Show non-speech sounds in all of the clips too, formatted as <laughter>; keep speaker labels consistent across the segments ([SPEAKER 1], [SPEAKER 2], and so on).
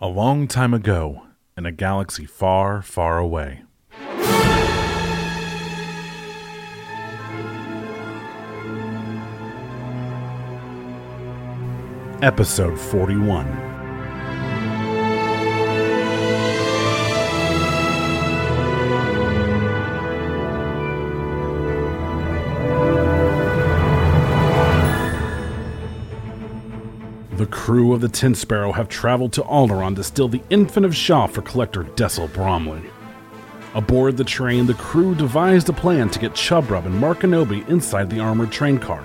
[SPEAKER 1] A long time ago, in a galaxy far, far away. Episode 41 The crew of the Tin Sparrow have traveled to Alderaan to steal the Infant of Shaw for collector Dessel Bromley. Aboard the train, the crew devised a plan to get Chubrub and Mark Anobi inside the armored train car.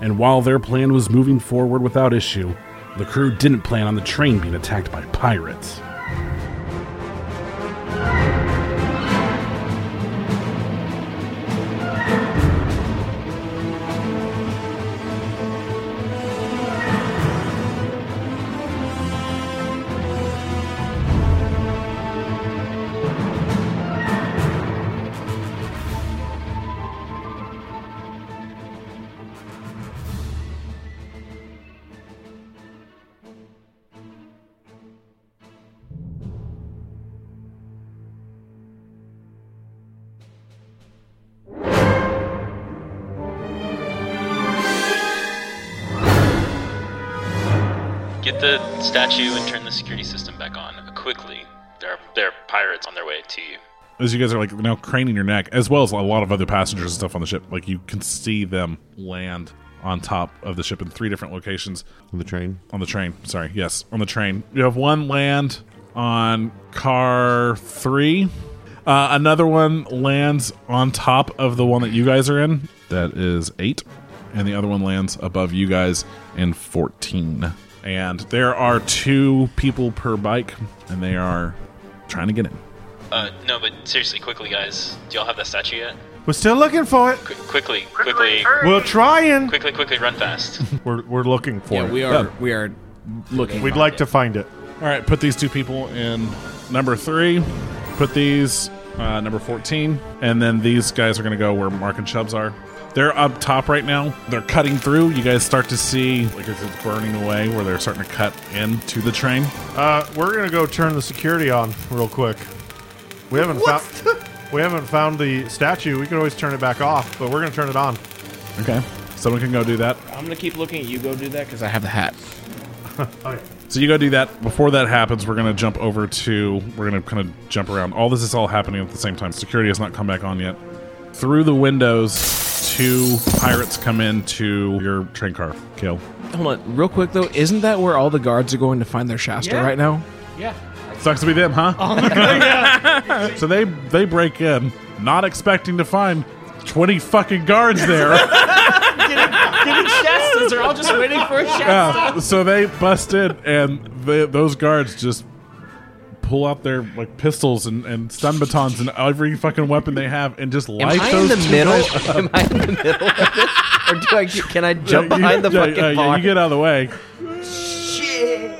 [SPEAKER 1] And while their plan was moving forward without issue, the crew didn't plan on the train being attacked by pirates.
[SPEAKER 2] Get the statue and turn the security system back on quickly. There are, there are pirates on their way to you.
[SPEAKER 3] as you guys are like now craning your neck, as well as a lot of other passengers and stuff on the ship, like you can see them land on top of the ship in three different locations
[SPEAKER 4] on the train.
[SPEAKER 3] on the train. Sorry, yes, on the train. You have one land on car three. Uh, another one lands on top of the one that you guys are in. That is eight, and the other one lands above you guys in fourteen. And there are two people per bike, and they are trying to get in.
[SPEAKER 2] Uh, no, but seriously, quickly, guys. Do y'all have that statue yet?
[SPEAKER 4] We're still looking for it.
[SPEAKER 2] Qu- quickly, quickly,
[SPEAKER 4] We're trying.
[SPEAKER 2] quickly, quickly, run fast.
[SPEAKER 4] <laughs> We're, we're looking for
[SPEAKER 5] Yeah,
[SPEAKER 4] it.
[SPEAKER 5] we are. We are looking.
[SPEAKER 4] We'd like to find it.
[SPEAKER 3] All right, put these two people in number three. Put these uh, number fourteen, and then these guys are going to go where Mark and Chubbs are. They're up top right now. They're cutting through. You guys start to see like it's it's burning away where they're starting to cut into the train.
[SPEAKER 4] Uh, we're gonna go turn the security on real quick. We haven't found we haven't found the statue. We can always turn it back off, but we're gonna turn it on.
[SPEAKER 3] Okay, someone can go do that.
[SPEAKER 5] I'm gonna keep looking at you. Go do that because I have the hat.
[SPEAKER 3] So you go do that. Before that happens, we're gonna jump over to we're gonna kind of jump around. All this is all happening at the same time. Security has not come back on yet. Through the windows, two pirates come into your train car. Kill.
[SPEAKER 5] Hold on, real quick though. Isn't that where all the guards are going to find their Shasta
[SPEAKER 6] Yeah.
[SPEAKER 5] right now?
[SPEAKER 3] Sucks to be them, huh? <laughs> so they they break in, not expecting to find twenty fucking guards there.
[SPEAKER 6] Shastas are all just waiting for a Shasta.
[SPEAKER 3] Yeah, so they bust in, and they, those guards just pull out their like pistols and, and stun batons and every fucking weapon they have, and just
[SPEAKER 6] Am
[SPEAKER 3] light
[SPEAKER 6] I in
[SPEAKER 3] those
[SPEAKER 6] the
[SPEAKER 3] two
[SPEAKER 6] middle? <laughs>
[SPEAKER 3] guys-
[SPEAKER 6] Am I in the middle of this? Or do I get, can I jump
[SPEAKER 3] Yeah, you-
[SPEAKER 6] behind the
[SPEAKER 3] yeah,
[SPEAKER 6] fucking
[SPEAKER 3] yeah, yeah,
[SPEAKER 6] bar? <laughs>
[SPEAKER 3] you get out of the way.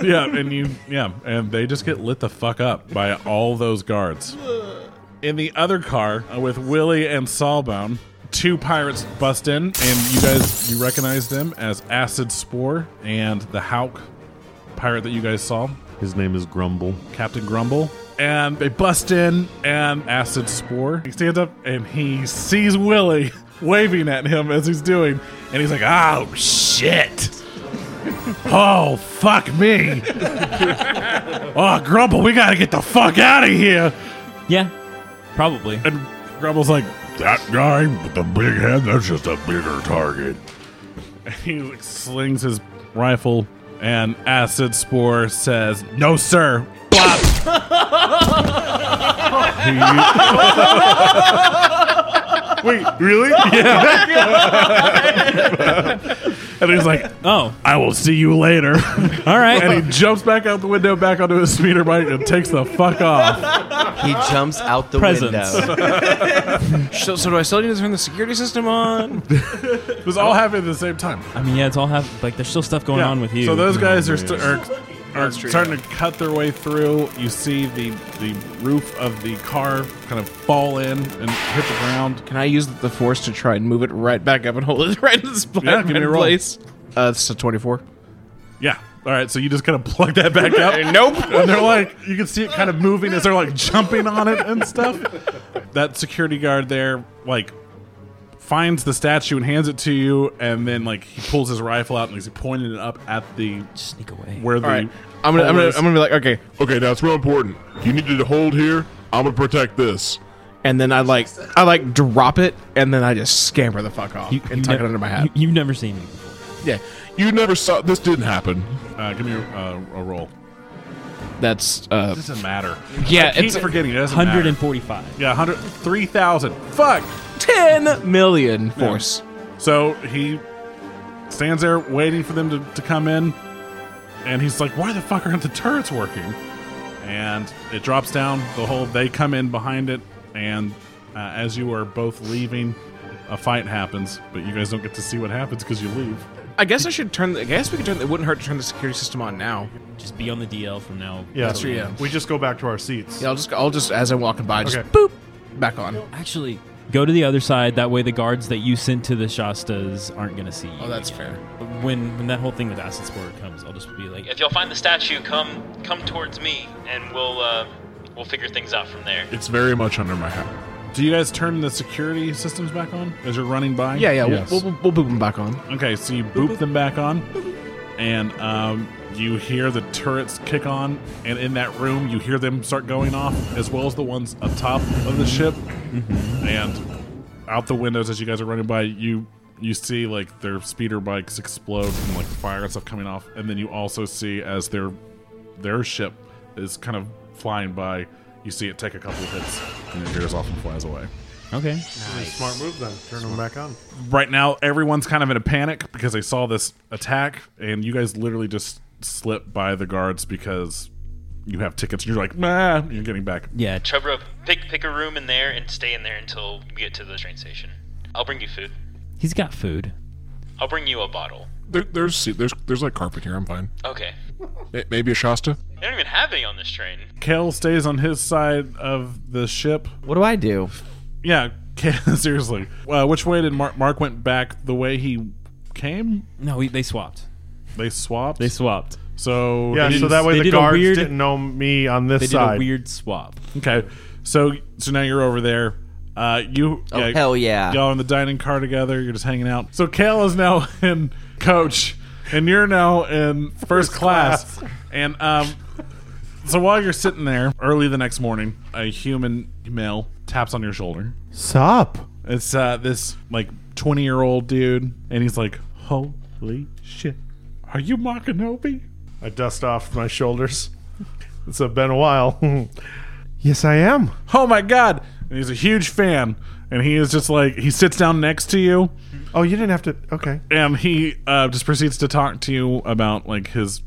[SPEAKER 3] Yeah, and you yeah, and they just get lit the fuck up by all those guards. In the other car uh, with Willie and Sawbone, two pirates bust in, and you guys you recognize them as Acid Spore and the Hauk pirate that you guys saw,
[SPEAKER 4] His name is Grumble.
[SPEAKER 3] Captain Grumble. And they bust in, and Acid Spore he stands up and he sees Willie <laughs> waving at him as he's doing, and he's like, "Oh shit." Oh, fuck me. <laughs> oh, Grumble, we gotta get the fuck out of here.
[SPEAKER 7] Yeah, probably.
[SPEAKER 3] And Grumble's like, that guy with the big head, that's just a bigger target. And <laughs> he like slings his rifle, and Acid Spore says, no, sir. Blop. Wait, really? Yeah. and he's like,
[SPEAKER 7] Oh,
[SPEAKER 3] I will see you later.
[SPEAKER 7] all right.
[SPEAKER 3] and he jumps back out the window, back onto his speeder bike, and takes the fuck off.
[SPEAKER 6] He jumps out the
[SPEAKER 7] Presents.
[SPEAKER 6] window.
[SPEAKER 5] <laughs> So, so do I still need to turn the security system <laughs> on?
[SPEAKER 3] It was all happening at the same time.
[SPEAKER 7] I mean, yeah, it's all have like there's still stuff going on with you.
[SPEAKER 3] So those guys are, st- are, are
[SPEAKER 5] true,
[SPEAKER 3] starting to cut their way through. You see the the roof of the car kind of fall in and hit the ground.
[SPEAKER 5] Can I use the force to try and move <laughs> it right back up and hold it right in the spot
[SPEAKER 3] Yeah, give me a roll.
[SPEAKER 5] place? Uh, it's a 24.
[SPEAKER 3] Yeah, All right, so you just kind of plug that back up.
[SPEAKER 5] <laughs>
[SPEAKER 6] Nope.
[SPEAKER 3] and they're like you can see it kind of moving as they're like jumping on it and stuff that security guard there like finds the statue and hands it to you and then like he pulls his rifle out and he's pointing it up at the
[SPEAKER 7] Sneak away.
[SPEAKER 3] where the
[SPEAKER 5] All right. I'm gonna, I'm gonna, I'm gonna be like, okay,
[SPEAKER 8] Okay, now it's real important. You need to hold here. I'm gonna protect this.
[SPEAKER 5] and then I like, I like drop it, and then I just scamper the fuck off and tuck
[SPEAKER 7] nev-
[SPEAKER 5] it under my hat.
[SPEAKER 7] You, have never seen me.
[SPEAKER 5] yeah,
[SPEAKER 8] You never saw this. Didn't happen.
[SPEAKER 3] uh, give me a, uh, a roll
[SPEAKER 5] that's uh,
[SPEAKER 3] doesn't matter
[SPEAKER 5] yeah,
[SPEAKER 3] I keep
[SPEAKER 5] it's
[SPEAKER 3] forgetting it doesn't matter.
[SPEAKER 7] 145.
[SPEAKER 3] yeah 100 3000 fuck
[SPEAKER 5] ten million force.
[SPEAKER 3] So he stands there waiting for them to, to come in, and he's like, Why the fuck aren't the turrets working? And it drops down the hole. They come in behind it, and uh, as you are both leaving, a fight happens, but you guys don't get to see what happens because you leave.
[SPEAKER 5] I guess I should turn. The, I guess we could turn. It wouldn't hurt to turn the security system on now.
[SPEAKER 7] Just be on the DL from now.
[SPEAKER 4] Yeah,
[SPEAKER 5] That's true, yeah.
[SPEAKER 4] We just go back to our seats.
[SPEAKER 5] Yeah, I'll just, I'll just as I'm walking by, just
[SPEAKER 4] Okay.
[SPEAKER 5] boop back on.
[SPEAKER 7] Actually, go to the other side. That way, the guards that you sent to the Shastas aren't going to see you.
[SPEAKER 5] Oh, that's
[SPEAKER 7] again.
[SPEAKER 5] fair.
[SPEAKER 7] When when that whole thing with acid spore comes, I'll just be like,
[SPEAKER 2] If y'all find the statue, come come towards me, and we'll uh, we'll figure things out from there.
[SPEAKER 8] It's very much under my hat.
[SPEAKER 3] Do you guys turn the security systems back on as you're running by?
[SPEAKER 5] Yeah, yeah,
[SPEAKER 8] Yes.
[SPEAKER 5] we'll, we'll, we'll boop them back on.
[SPEAKER 3] Okay, so you boop them back on, and um, you hear the turrets kick on, and in that room, you hear them start going off, as well as the ones up top of the ship. And out the windows, as you guys are running by, you you see like their speeder bikes explode and like fire and stuff coming off, and then you also see as their their ship is kind of flying by, you see it take a couple of hits, and it veers off and flies away
[SPEAKER 7] okay.
[SPEAKER 4] Smart move then. Turn them back on.
[SPEAKER 3] right now everyone's kind of in a panic because they saw this attack and you guys literally just slip by the guards because you have tickets and you're like nah and you're getting back
[SPEAKER 7] Yeah,
[SPEAKER 2] Chubro, pick pick a room in there and stay in there until we get to the train station. I'll bring you food.
[SPEAKER 7] he's got food.
[SPEAKER 2] I'll bring you a bottle.
[SPEAKER 8] There, there's see, there's there's like carpet here. I'm fine.
[SPEAKER 2] Okay.
[SPEAKER 8] May- Maybe a Shasta.
[SPEAKER 2] They don't even have any on this train.
[SPEAKER 3] kale stays on his side of the ship
[SPEAKER 6] What do I do?
[SPEAKER 3] yeah <laughs> Kale- seriously uh, which way did mark mark went back the way he came
[SPEAKER 7] No, we, they swapped.
[SPEAKER 3] they swapped
[SPEAKER 7] They swapped.
[SPEAKER 3] so
[SPEAKER 4] Yeah,
[SPEAKER 3] he
[SPEAKER 4] so
[SPEAKER 3] just-
[SPEAKER 4] that way
[SPEAKER 7] they
[SPEAKER 4] the
[SPEAKER 7] did a
[SPEAKER 4] guards
[SPEAKER 7] weird-
[SPEAKER 4] didn't know me on this
[SPEAKER 7] They did
[SPEAKER 4] side.
[SPEAKER 7] a weird swap.
[SPEAKER 3] okay so so now you're over there uh you
[SPEAKER 6] Oh, hell yeah.
[SPEAKER 3] y'all in the dining car together. You're just hanging out. So Kale is now <laughs> in coach, and you're now in first, class. And um, so while you're sitting there early the next morning, a human male taps on your shoulder.
[SPEAKER 4] Sup?
[SPEAKER 3] It's uh, this like 20 year old dude, and he's like, "Holy shit, are you Makanobi?"
[SPEAKER 4] I dust off my shoulders. It's uh, been a while. <laughs> yes, I am.
[SPEAKER 3] Oh my god! And he's a huge fan, and he is just like he sits down next to you.
[SPEAKER 4] Oh, you didn't have to. Okay.
[SPEAKER 3] and he uh, just proceeds to talk to you about like his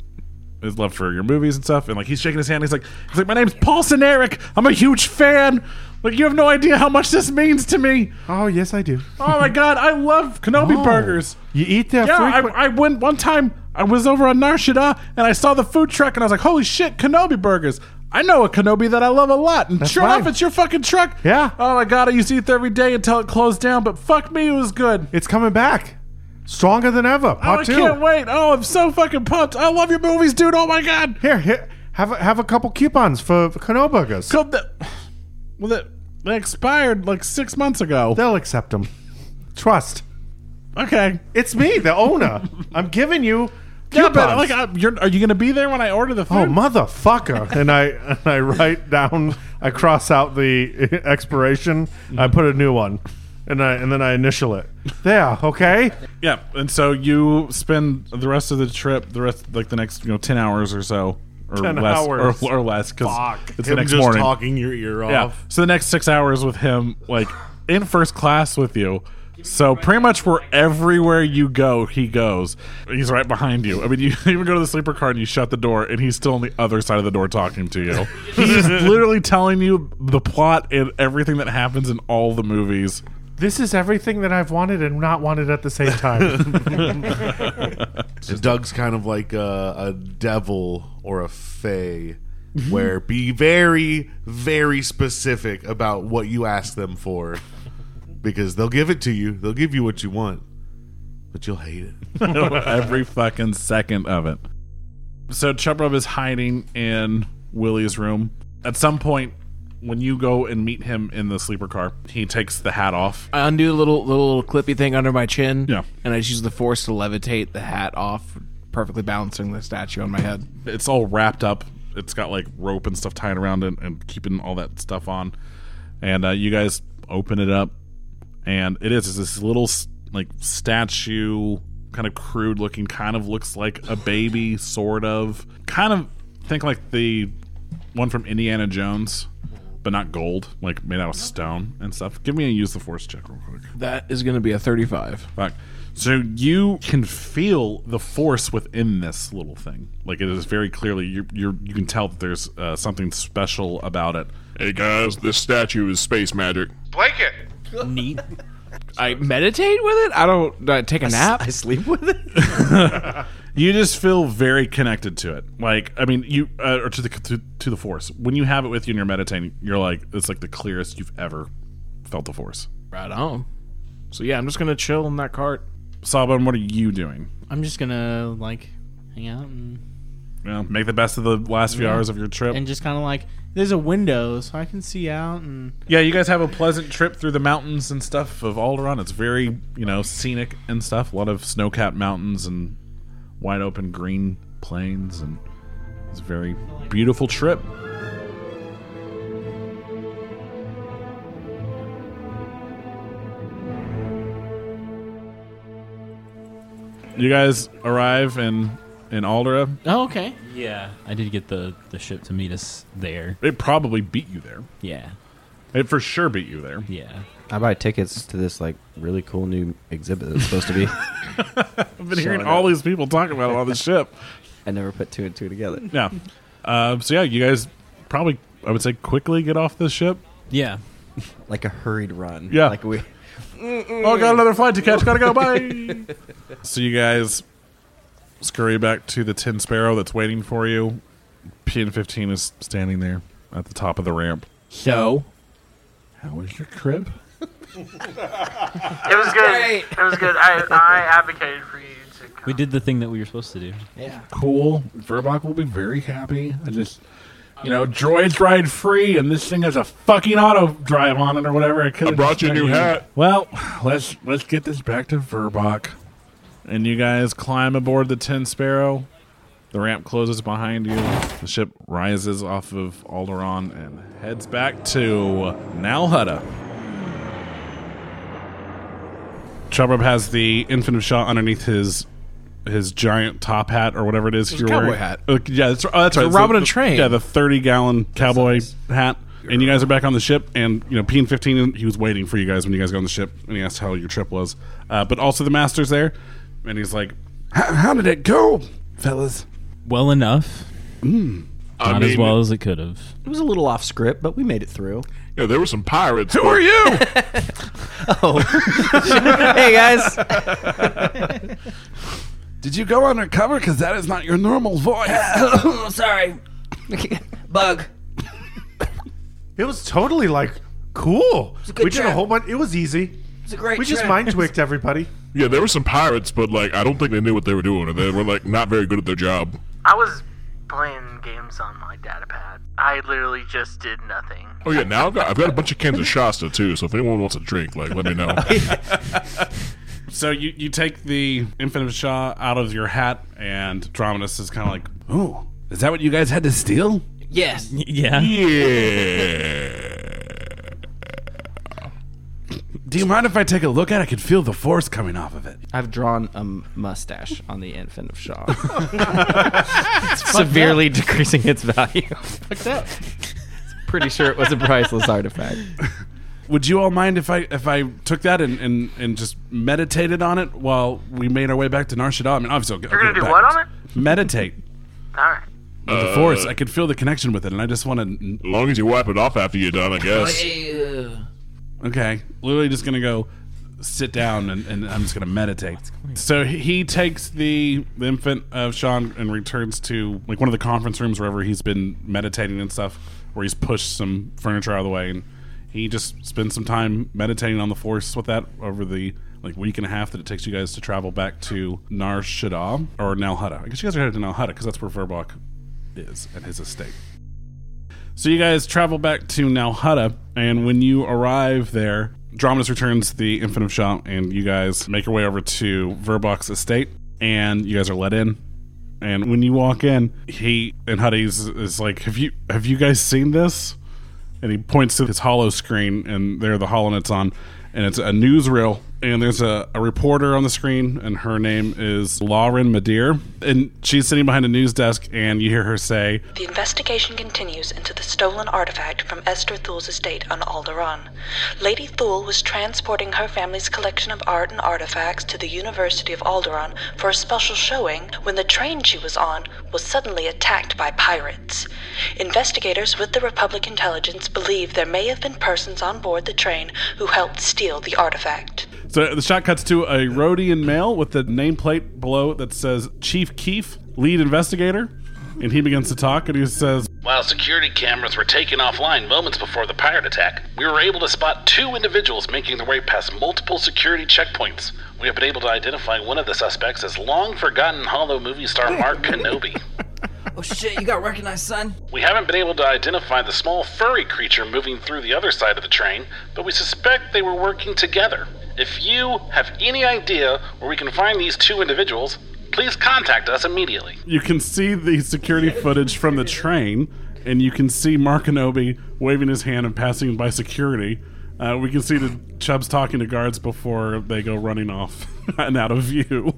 [SPEAKER 3] his love for your movies and stuff and like he's shaking his hand he's like he's like my name's Paulson Eric I'm a huge fan like you have no idea how much this means to me
[SPEAKER 4] Oh, yes, I do. Oh,
[SPEAKER 3] oh my god I love Kenobi burgers
[SPEAKER 4] You eat that
[SPEAKER 3] yeah I,
[SPEAKER 4] frequent-
[SPEAKER 3] I went one time I was over on Narshada and I saw the food truck and I was like holy shit Kenobi burgers I know a Kenobi that I love a lot, and sure
[SPEAKER 4] mine.
[SPEAKER 3] enough, it's your fucking truck.
[SPEAKER 4] Yeah.
[SPEAKER 3] Oh my god, I used to eat there every day until it closed down. But fuck me, it was good.
[SPEAKER 4] it's coming back. Stronger than ever.
[SPEAKER 3] Oh,
[SPEAKER 4] Part
[SPEAKER 3] I
[SPEAKER 4] two.
[SPEAKER 3] can't wait. Oh, I'm so fucking pumped. I love your movies, dude. Oh my god.
[SPEAKER 4] Here, here. Have a, have a couple coupons for Kanoburgers.
[SPEAKER 3] So the, well, the, they expired like six months ago.
[SPEAKER 4] They'll accept them. Trust.
[SPEAKER 3] Okay.
[SPEAKER 4] It's me, the
[SPEAKER 3] <laughs>
[SPEAKER 4] owner. I'm giving you coupons.
[SPEAKER 3] Yeah, but like, I, you're, are you gonna be there when I order the food?
[SPEAKER 4] Oh
[SPEAKER 3] <laughs>
[SPEAKER 4] motherfucker! and I and I write down, I cross out the <laughs> expiration, I put a new one, and I and then I initial it. There, okay.
[SPEAKER 3] Yeah. And so you spend the rest of the trip, the rest like the next you know ten hours or so, or
[SPEAKER 4] 10
[SPEAKER 3] less,
[SPEAKER 4] hours.
[SPEAKER 3] or, or less, because it's the
[SPEAKER 9] Him
[SPEAKER 3] next
[SPEAKER 9] just
[SPEAKER 3] morning.
[SPEAKER 9] talking your ear off.
[SPEAKER 3] Yeah. So the next six hours with him, like in first class with you. So pretty much where everywhere you go, he goes. He's right behind you. I mean, <laughs> you even go to the sleeper car and you shut the door, and he's still on the other side of the door talking to you. he's literally telling you the plot and everything that happens in all the movies.
[SPEAKER 4] This is everything that I've wanted and not wanted at the same time. <laughs>
[SPEAKER 3] <laughs>
[SPEAKER 9] And Doug's kind of like a, a devil or a fae, where be very, very specific about what you ask them for, because they'll give it to you. They'll give you what
[SPEAKER 3] <laughs>
[SPEAKER 9] you want, but you'll hate it.
[SPEAKER 3] Every fucking second of it. So Chubrub is hiding in Willie's room. At some point, when you go and meet him in the sleeper car, he takes the hat off.
[SPEAKER 5] I undo the little little clippy thing under my chin.
[SPEAKER 3] Yeah.
[SPEAKER 5] And I just use the force to levitate the hat off, perfectly balancing the statue on my head.
[SPEAKER 3] It's all wrapped up. It's got like rope and stuff tied around it and keeping all that stuff on. And uh, you guys open it up, and it is it's this little s- like statue, kind of crude looking, kind of looks like a baby, sort of. Kind of think like the one from Indiana Jones, but not gold, like made out of stone and stuff. Give me a use the force check real quick.
[SPEAKER 5] That is going to be a 35.
[SPEAKER 3] Fuck. So you can feel the force within this little thing. Like it is very clearly you you're, you can tell that there's uh, something special about it.
[SPEAKER 8] Hey guys, this statue is space magic.
[SPEAKER 4] Blanket.
[SPEAKER 9] <laughs>
[SPEAKER 7] Neat.
[SPEAKER 5] I meditate with it. I don't do I take a nap.
[SPEAKER 6] I sleep with it.
[SPEAKER 3] <laughs> You just feel very connected to it. Like I mean, you uh, or to the to, to the force. When you have it with you and you're meditating, you're like it's like the clearest you've ever felt the force.
[SPEAKER 5] right on. So yeah, I'm just going to chill in that cart.
[SPEAKER 3] Saban, what are you doing?
[SPEAKER 6] I'm just gonna like hang out and,
[SPEAKER 3] You know, make the best of the last few hours of your trip.
[SPEAKER 6] and just kind of like there's a window so I can see out and
[SPEAKER 3] Yeah, you guys have a pleasant trip through the mountains and stuff of Alderaan. It's very, you know, scenic and stuff. A lot of snow-capped mountains and wide open green plains, and it's a very beautiful trip. You guys arrive in in Aldera.
[SPEAKER 6] oh okay
[SPEAKER 7] Yeah, I did get the the ship to meet us there.
[SPEAKER 3] It probably beat you there.
[SPEAKER 7] Yeah,
[SPEAKER 3] It for sure beat you there.
[SPEAKER 7] yeah.
[SPEAKER 10] I buy tickets to this like really cool new exhibit that's supposed to <laughs> be.
[SPEAKER 3] I've been hearing all these people talking about it on
[SPEAKER 10] <laughs>
[SPEAKER 3] the ship.
[SPEAKER 10] I never put two and two together.
[SPEAKER 3] Yeah. Uh, so yeah, you guys probably I would say quickly get off this ship.
[SPEAKER 7] Yeah.
[SPEAKER 10] <laughs> Like a hurried run.
[SPEAKER 3] Yeah.
[SPEAKER 10] Like we
[SPEAKER 3] Oh, got another flight to catch. Gotta
[SPEAKER 6] <laughs>
[SPEAKER 3] go. Bye. <laughs> so you guys scurry back to the tin sparrow that's waiting for you. PN fifteen is standing there at the top of the ramp.
[SPEAKER 5] So
[SPEAKER 3] How was your crib?
[SPEAKER 6] <laughs>
[SPEAKER 11] It was good. It was good. I, I advocated for you to come.
[SPEAKER 7] We did the thing that we were supposed to do.
[SPEAKER 3] Cool. Verbach will be very happy. I just, you know, droids ride free, and this thing has a fucking auto drive on it or whatever. I,
[SPEAKER 8] I brought you a new hat.
[SPEAKER 3] Well, let's let's get this back to Verbach. And you guys climb aboard the Tin Sparrow. The ramp closes behind you. The ship rises off of Alderaan and heads back to Nalhutta. Chubrub has the infinite shot underneath his his giant top hat or whatever it is you're
[SPEAKER 5] cowboy
[SPEAKER 3] wearing.
[SPEAKER 5] hat.
[SPEAKER 3] Uh, yeah, that's, oh, that's right. It's
[SPEAKER 5] Robin
[SPEAKER 3] the-
[SPEAKER 5] and Train.
[SPEAKER 3] Yeah, the thirty gallon cowboy hat. And you guys are back on the ship, and you know PN fifteen. He was waiting for you guys when you guys got on the ship, and he asked how your trip was. Uh, but also the master's there, and he's like, "How how did it go, fellas?" Mm.
[SPEAKER 7] Well enough.
[SPEAKER 8] I
[SPEAKER 7] Not as
[SPEAKER 8] mean,
[SPEAKER 7] well as it could have.
[SPEAKER 10] it was a little off script, but we made it through.
[SPEAKER 8] Yeah, there were some pirates.
[SPEAKER 3] Who are you? <laughs>
[SPEAKER 7] <laughs>
[SPEAKER 10] hey
[SPEAKER 12] <coughs>
[SPEAKER 10] guys.
[SPEAKER 3] did you go undercover? Because that is not your normal voice.
[SPEAKER 11] Sorry. Bug.
[SPEAKER 4] It was totally like cool.
[SPEAKER 11] good
[SPEAKER 4] We did a
[SPEAKER 11] trip.
[SPEAKER 4] whole bunch. It was easy.
[SPEAKER 11] It's a great
[SPEAKER 4] We just
[SPEAKER 11] trip.
[SPEAKER 4] mind tweaked everybody.
[SPEAKER 8] Yeah, there were some pirates, but like I don't think they knew what they were doing, and they were like not very good at their job.
[SPEAKER 11] I was playing games on my data pad. I literally just did nothing.
[SPEAKER 8] Oh yeah, now I've got I've got a bunch of cans of Shasta too. So if anyone wants a drink, like let me
[SPEAKER 5] <laughs>
[SPEAKER 8] know.
[SPEAKER 3] So you, you take the Infinite Shaw out of your hat, and Drominus is kind of like, "Oh, is that what you guys had to steal?"
[SPEAKER 11] Yes.
[SPEAKER 7] Yeah.
[SPEAKER 8] yeah.
[SPEAKER 3] Do you mind if I take a look at it? I can feel the force coming off of it.
[SPEAKER 10] I've drawn a m- mustache on the infant
[SPEAKER 8] <laughs>
[SPEAKER 10] of Shaw. severely decreasing its <laughs> value. Pretty sure it was a priceless artifact.
[SPEAKER 3] <laughs> Would you all mind if I if I took that and, and, and just meditated on it while we made our way back to Narshada? I mean, obviously, I'll,
[SPEAKER 11] You're gonna do what on it?
[SPEAKER 3] Meditate.
[SPEAKER 11] All right.
[SPEAKER 3] With the force, I could feel the connection with it, and I just want to.
[SPEAKER 8] As long as you wipe it off after you're done, I guess.
[SPEAKER 3] Okay, literally just gonna go sit down and, and I'm just gonna meditate. So he- he takes the, the infant of Sean and returns to like one of the conference rooms wherever he's been meditating and stuff, where he's pushed some furniture out of the way and He just spends some time meditating on the force with that over the like week and a half that it takes you guys to travel back to Nar Shaddaa or Nalhutta. I guess you guys are headed to Nalhutta because that's where Verbok is and his estate. So you guys travel back to Nalhutta, and when you arrive there, Drominus returns the Infant of Shah, and you guys make your way over to Verbok's estate, and you guys are let in. And when you walk in, he and Huddy's is like, "Have you have you guys seen this?" And he points to his hollow screen, and there the holonet's on, and it's a newsreel. And there's a, a reporter on the screen, and her name is Lauren Madeir, and she's sitting behind a news desk, and you hear her say,
[SPEAKER 13] The investigation continues into the stolen artifact from Esther Thule's estate on Alderaan. Lady Thule was transporting her family's collection of art and artifacts to the University of Alderaan for a special showing when the train she was on was suddenly attacked by pirates. Investigators with the Republic intelligence believe there may have been persons on board the train who helped steal the artifact.
[SPEAKER 3] So the shot cuts to a Rhodian male with the nameplate below that says Chief Keefe, lead investigator. And he begins to talk and he says,
[SPEAKER 2] While security cameras were taken offline moments before the pirate attack, we were able to spot two individuals making their way past multiple security checkpoints. We have been able to identify one of the suspects as long forgotten Hollow movie star Mark Kenobi.
[SPEAKER 12] Oh shit, you got recognized, son.
[SPEAKER 2] We haven't been able to identify the small furry creature moving through the other side of the train, but we suspect they were working together. If you have any idea where we can find these two individuals, please contact us immediately.
[SPEAKER 3] You can see the security footage from the train, and you can see Mark Kenobi waving his hand and passing by security. Uh, we can see the Chubbs talking to guards before they go running off <laughs> and out of view.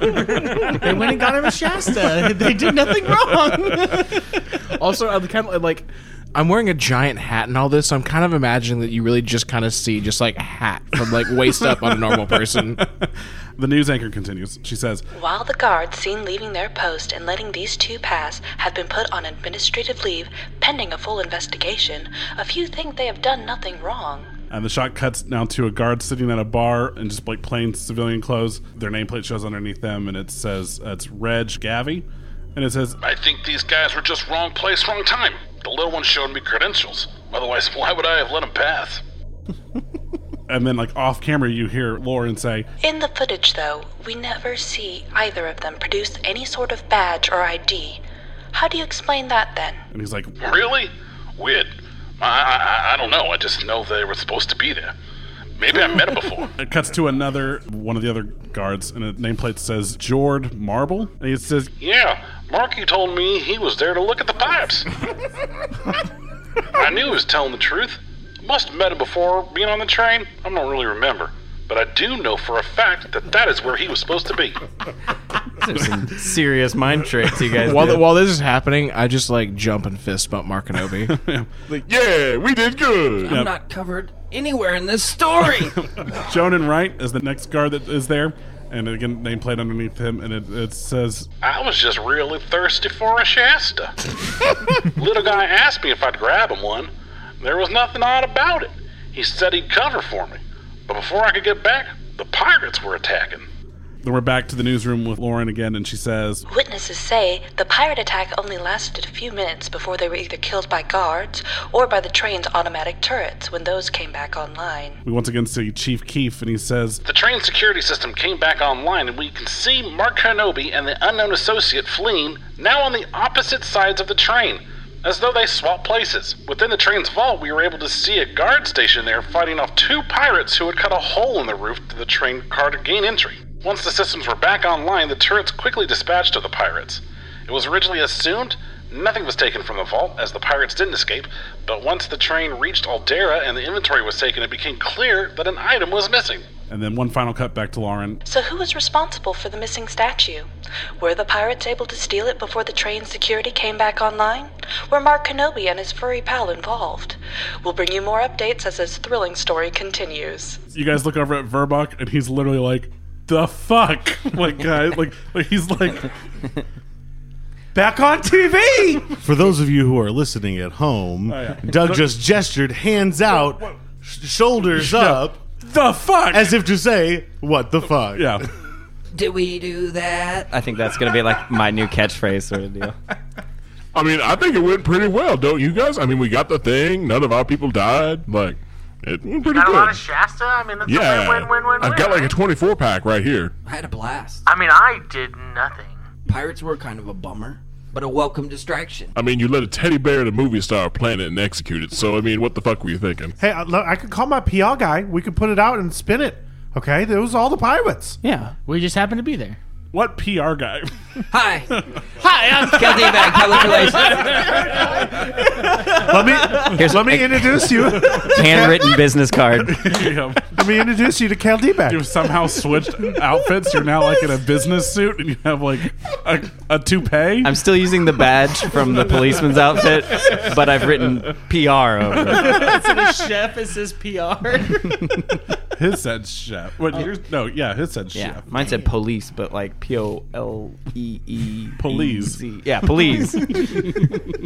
[SPEAKER 6] They went and got him
[SPEAKER 11] <laughs>
[SPEAKER 6] a Shasta. They did nothing wrong. <laughs>
[SPEAKER 5] also, I'm kind of like, I'm wearing a giant hat and all this, so I'm kind of imagining that you really just kind of see just like a hat from like waist up on a normal person.
[SPEAKER 3] The news anchor continues. She says,
[SPEAKER 13] While the guards seen leaving their post and letting these two pass have been put on administrative leave pending a full investigation, a few think they have done nothing wrong.
[SPEAKER 3] And the shot cuts now to a guard sitting at a bar in just like plain civilian clothes. Their nameplate shows underneath them, and it says uh, it's Reg Gavi, and it says
[SPEAKER 2] <laughs> I think these guys were just wrong place, wrong time. The little one showed me credentials. Otherwise, why would I have let him pass?
[SPEAKER 3] and then like off camera you hear Lauren say,
[SPEAKER 13] In the footage, though, we never see either of them produce any sort of badge or ID. How do you explain that then?
[SPEAKER 3] and he's like,
[SPEAKER 2] Really? Weird. I, I, I- I don't know. I just know they were supposed to be there. Maybe I met him before.
[SPEAKER 3] It cuts to another one of the other guards, and the nameplate says Jord Marble, and it says
[SPEAKER 2] <laughs> Yeah, Marky told me he was there to look at the
[SPEAKER 9] <laughs>
[SPEAKER 2] pipes. I knew he was telling the truth. Must have met him before being on the train. I don't really remember. But I do know for a fact that that is where he was supposed to be.
[SPEAKER 10] There's
[SPEAKER 3] <laughs>
[SPEAKER 10] some serious mind tricks you guys
[SPEAKER 5] while,
[SPEAKER 10] did.
[SPEAKER 5] while this is happening, I just like jump and fist bump
[SPEAKER 3] <laughs>
[SPEAKER 5] Mark Kenobi.
[SPEAKER 10] Like,
[SPEAKER 5] yeah, we did good.
[SPEAKER 12] I'm not covered anywhere in this
[SPEAKER 3] <laughs>
[SPEAKER 12] story.
[SPEAKER 3] Jonan Wright is the next guard that is there, and again nameplate underneath him, and it, it says
[SPEAKER 2] I was just really thirsty for a
[SPEAKER 3] <laughs>
[SPEAKER 2] Shasta. Little guy asked me if I'd grab him one. There was nothing odd about it. He said he'd cover for me. But before I could get back, the pirates were attacking.
[SPEAKER 3] Then we're back to the newsroom with Lauren again, and she says,
[SPEAKER 13] Witnesses say the pirate attack only lasted a few minutes before they were either killed by guards or by the train's automatic turrets when those came back online.
[SPEAKER 3] We once again see Chief Keefe, and he says,
[SPEAKER 2] The train security system came back online, and we can see Mark Kenobi and the unknown associate fleeing, now on the opposite sides of the train, as though they swapped places. Within the train's vault, we were able to see a guard stationed there fighting off two pirates who had cut a hole in the roof to the train car to gain entry. Once the systems were back online, the turrets quickly dispatched to the pirates. It was originally assumed nothing was taken from the vault, as the pirates didn't escape, but once the train reached Aldera and the inventory was taken, it became clear that an item was missing.
[SPEAKER 3] and then one final cut back to Lauren.
[SPEAKER 13] So, who was responsible for the missing statue? Were the pirates able to steal it before the train's security came back online? Were Mark Kenobi and his furry pal involved? We'll bring you more updates as this thrilling story continues.
[SPEAKER 3] You guys look over at Verbok, and he's literally like,
[SPEAKER 14] <laughs>
[SPEAKER 3] the fuck? Like, guys, like, like he's like,
[SPEAKER 4] Back on TV.
[SPEAKER 9] For those of you who are listening at home,
[SPEAKER 4] Oh, yeah.
[SPEAKER 9] Doug just gestured, hands out, sh- shoulders
[SPEAKER 4] No.
[SPEAKER 9] up.
[SPEAKER 3] The fuck?
[SPEAKER 9] As if to say, what the fuck?
[SPEAKER 4] <laughs>
[SPEAKER 3] Yeah.
[SPEAKER 12] Did we do that?
[SPEAKER 10] I think that's gonna be like my new catchphrase sort of deal.
[SPEAKER 8] I mean, I think it went pretty well, don't you guys? I mean, we got the thing. None of our people died. Like, It,
[SPEAKER 15] You
[SPEAKER 8] pretty
[SPEAKER 15] got
[SPEAKER 8] good.
[SPEAKER 15] a lot of Shasta. I mean, that's
[SPEAKER 8] yeah,
[SPEAKER 15] a win, win, win, win.
[SPEAKER 8] I've got like a 24 pack right here.
[SPEAKER 12] I had a blast.
[SPEAKER 15] I mean, I did nothing.
[SPEAKER 12] Pirates were kind of a bummer, but a welcome distraction.
[SPEAKER 8] I mean, you let a teddy bear and a movie star plan it and execute it. So I mean, what the fuck were you thinking?
[SPEAKER 4] Hey, I, look, I could call my PR guy. We could put it out and spin it. Okay, there was all the pirates.
[SPEAKER 6] Yeah, we just happened to be there.
[SPEAKER 14] What PR guy?
[SPEAKER 4] <laughs>
[SPEAKER 12] Hi.
[SPEAKER 6] Hi,
[SPEAKER 12] <laughs>
[SPEAKER 6] I'm
[SPEAKER 12] Kathy Bag, public relations.
[SPEAKER 4] <laughs> Let me let me introduce you.
[SPEAKER 10] Handwritten business card.
[SPEAKER 4] Let me introduce you to Cal D-Back.
[SPEAKER 14] You've somehow switched outfits. You're now like in a business suit and you have like a, a toupee.
[SPEAKER 10] I'm still using the badge from the policeman's outfit, but I've written PR
[SPEAKER 3] Oh,
[SPEAKER 10] over it.
[SPEAKER 8] <laughs>
[SPEAKER 6] Instead of chef, it says PR.
[SPEAKER 14] His said chef. What, yours- no, yeah, his said
[SPEAKER 10] Oh. Yeah,
[SPEAKER 14] chef.
[SPEAKER 10] mine said police, but like P O L E E.
[SPEAKER 14] Police.
[SPEAKER 10] Z. Yeah, police.
[SPEAKER 14] <laughs>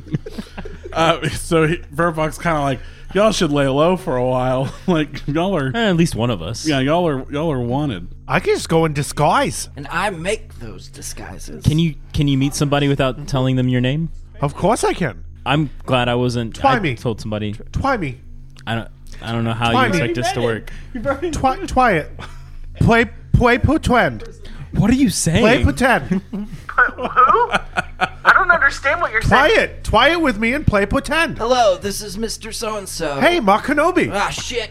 [SPEAKER 14] Uh, so he, Verbox kind of like y'all should lay low for a while. <laughs> like y'all are
[SPEAKER 7] Eh, at least one of us.
[SPEAKER 14] Yeah, y'all are y'all are wanted.
[SPEAKER 4] I can just go in disguise.
[SPEAKER 12] And I make those disguises.
[SPEAKER 7] Can you can you meet somebody without telling them your name?
[SPEAKER 4] Of course I can.
[SPEAKER 7] I'm glad I wasn't. I
[SPEAKER 4] Twy me.
[SPEAKER 7] told somebody.
[SPEAKER 4] Twy me.
[SPEAKER 7] I don't. I don't know how
[SPEAKER 4] Twy
[SPEAKER 7] you
[SPEAKER 4] me.
[SPEAKER 7] expect this to work.
[SPEAKER 4] Twi- twi it. Play play pretend.
[SPEAKER 7] What are you saying?
[SPEAKER 4] Play pretend.
[SPEAKER 15] I don't understand what you're
[SPEAKER 4] Twy
[SPEAKER 15] saying.
[SPEAKER 4] it. Twy it with me and play pretend.
[SPEAKER 12] Hello, this is Mr. So and so.
[SPEAKER 4] Hey, Mark Kenobi.
[SPEAKER 12] Ah, shit.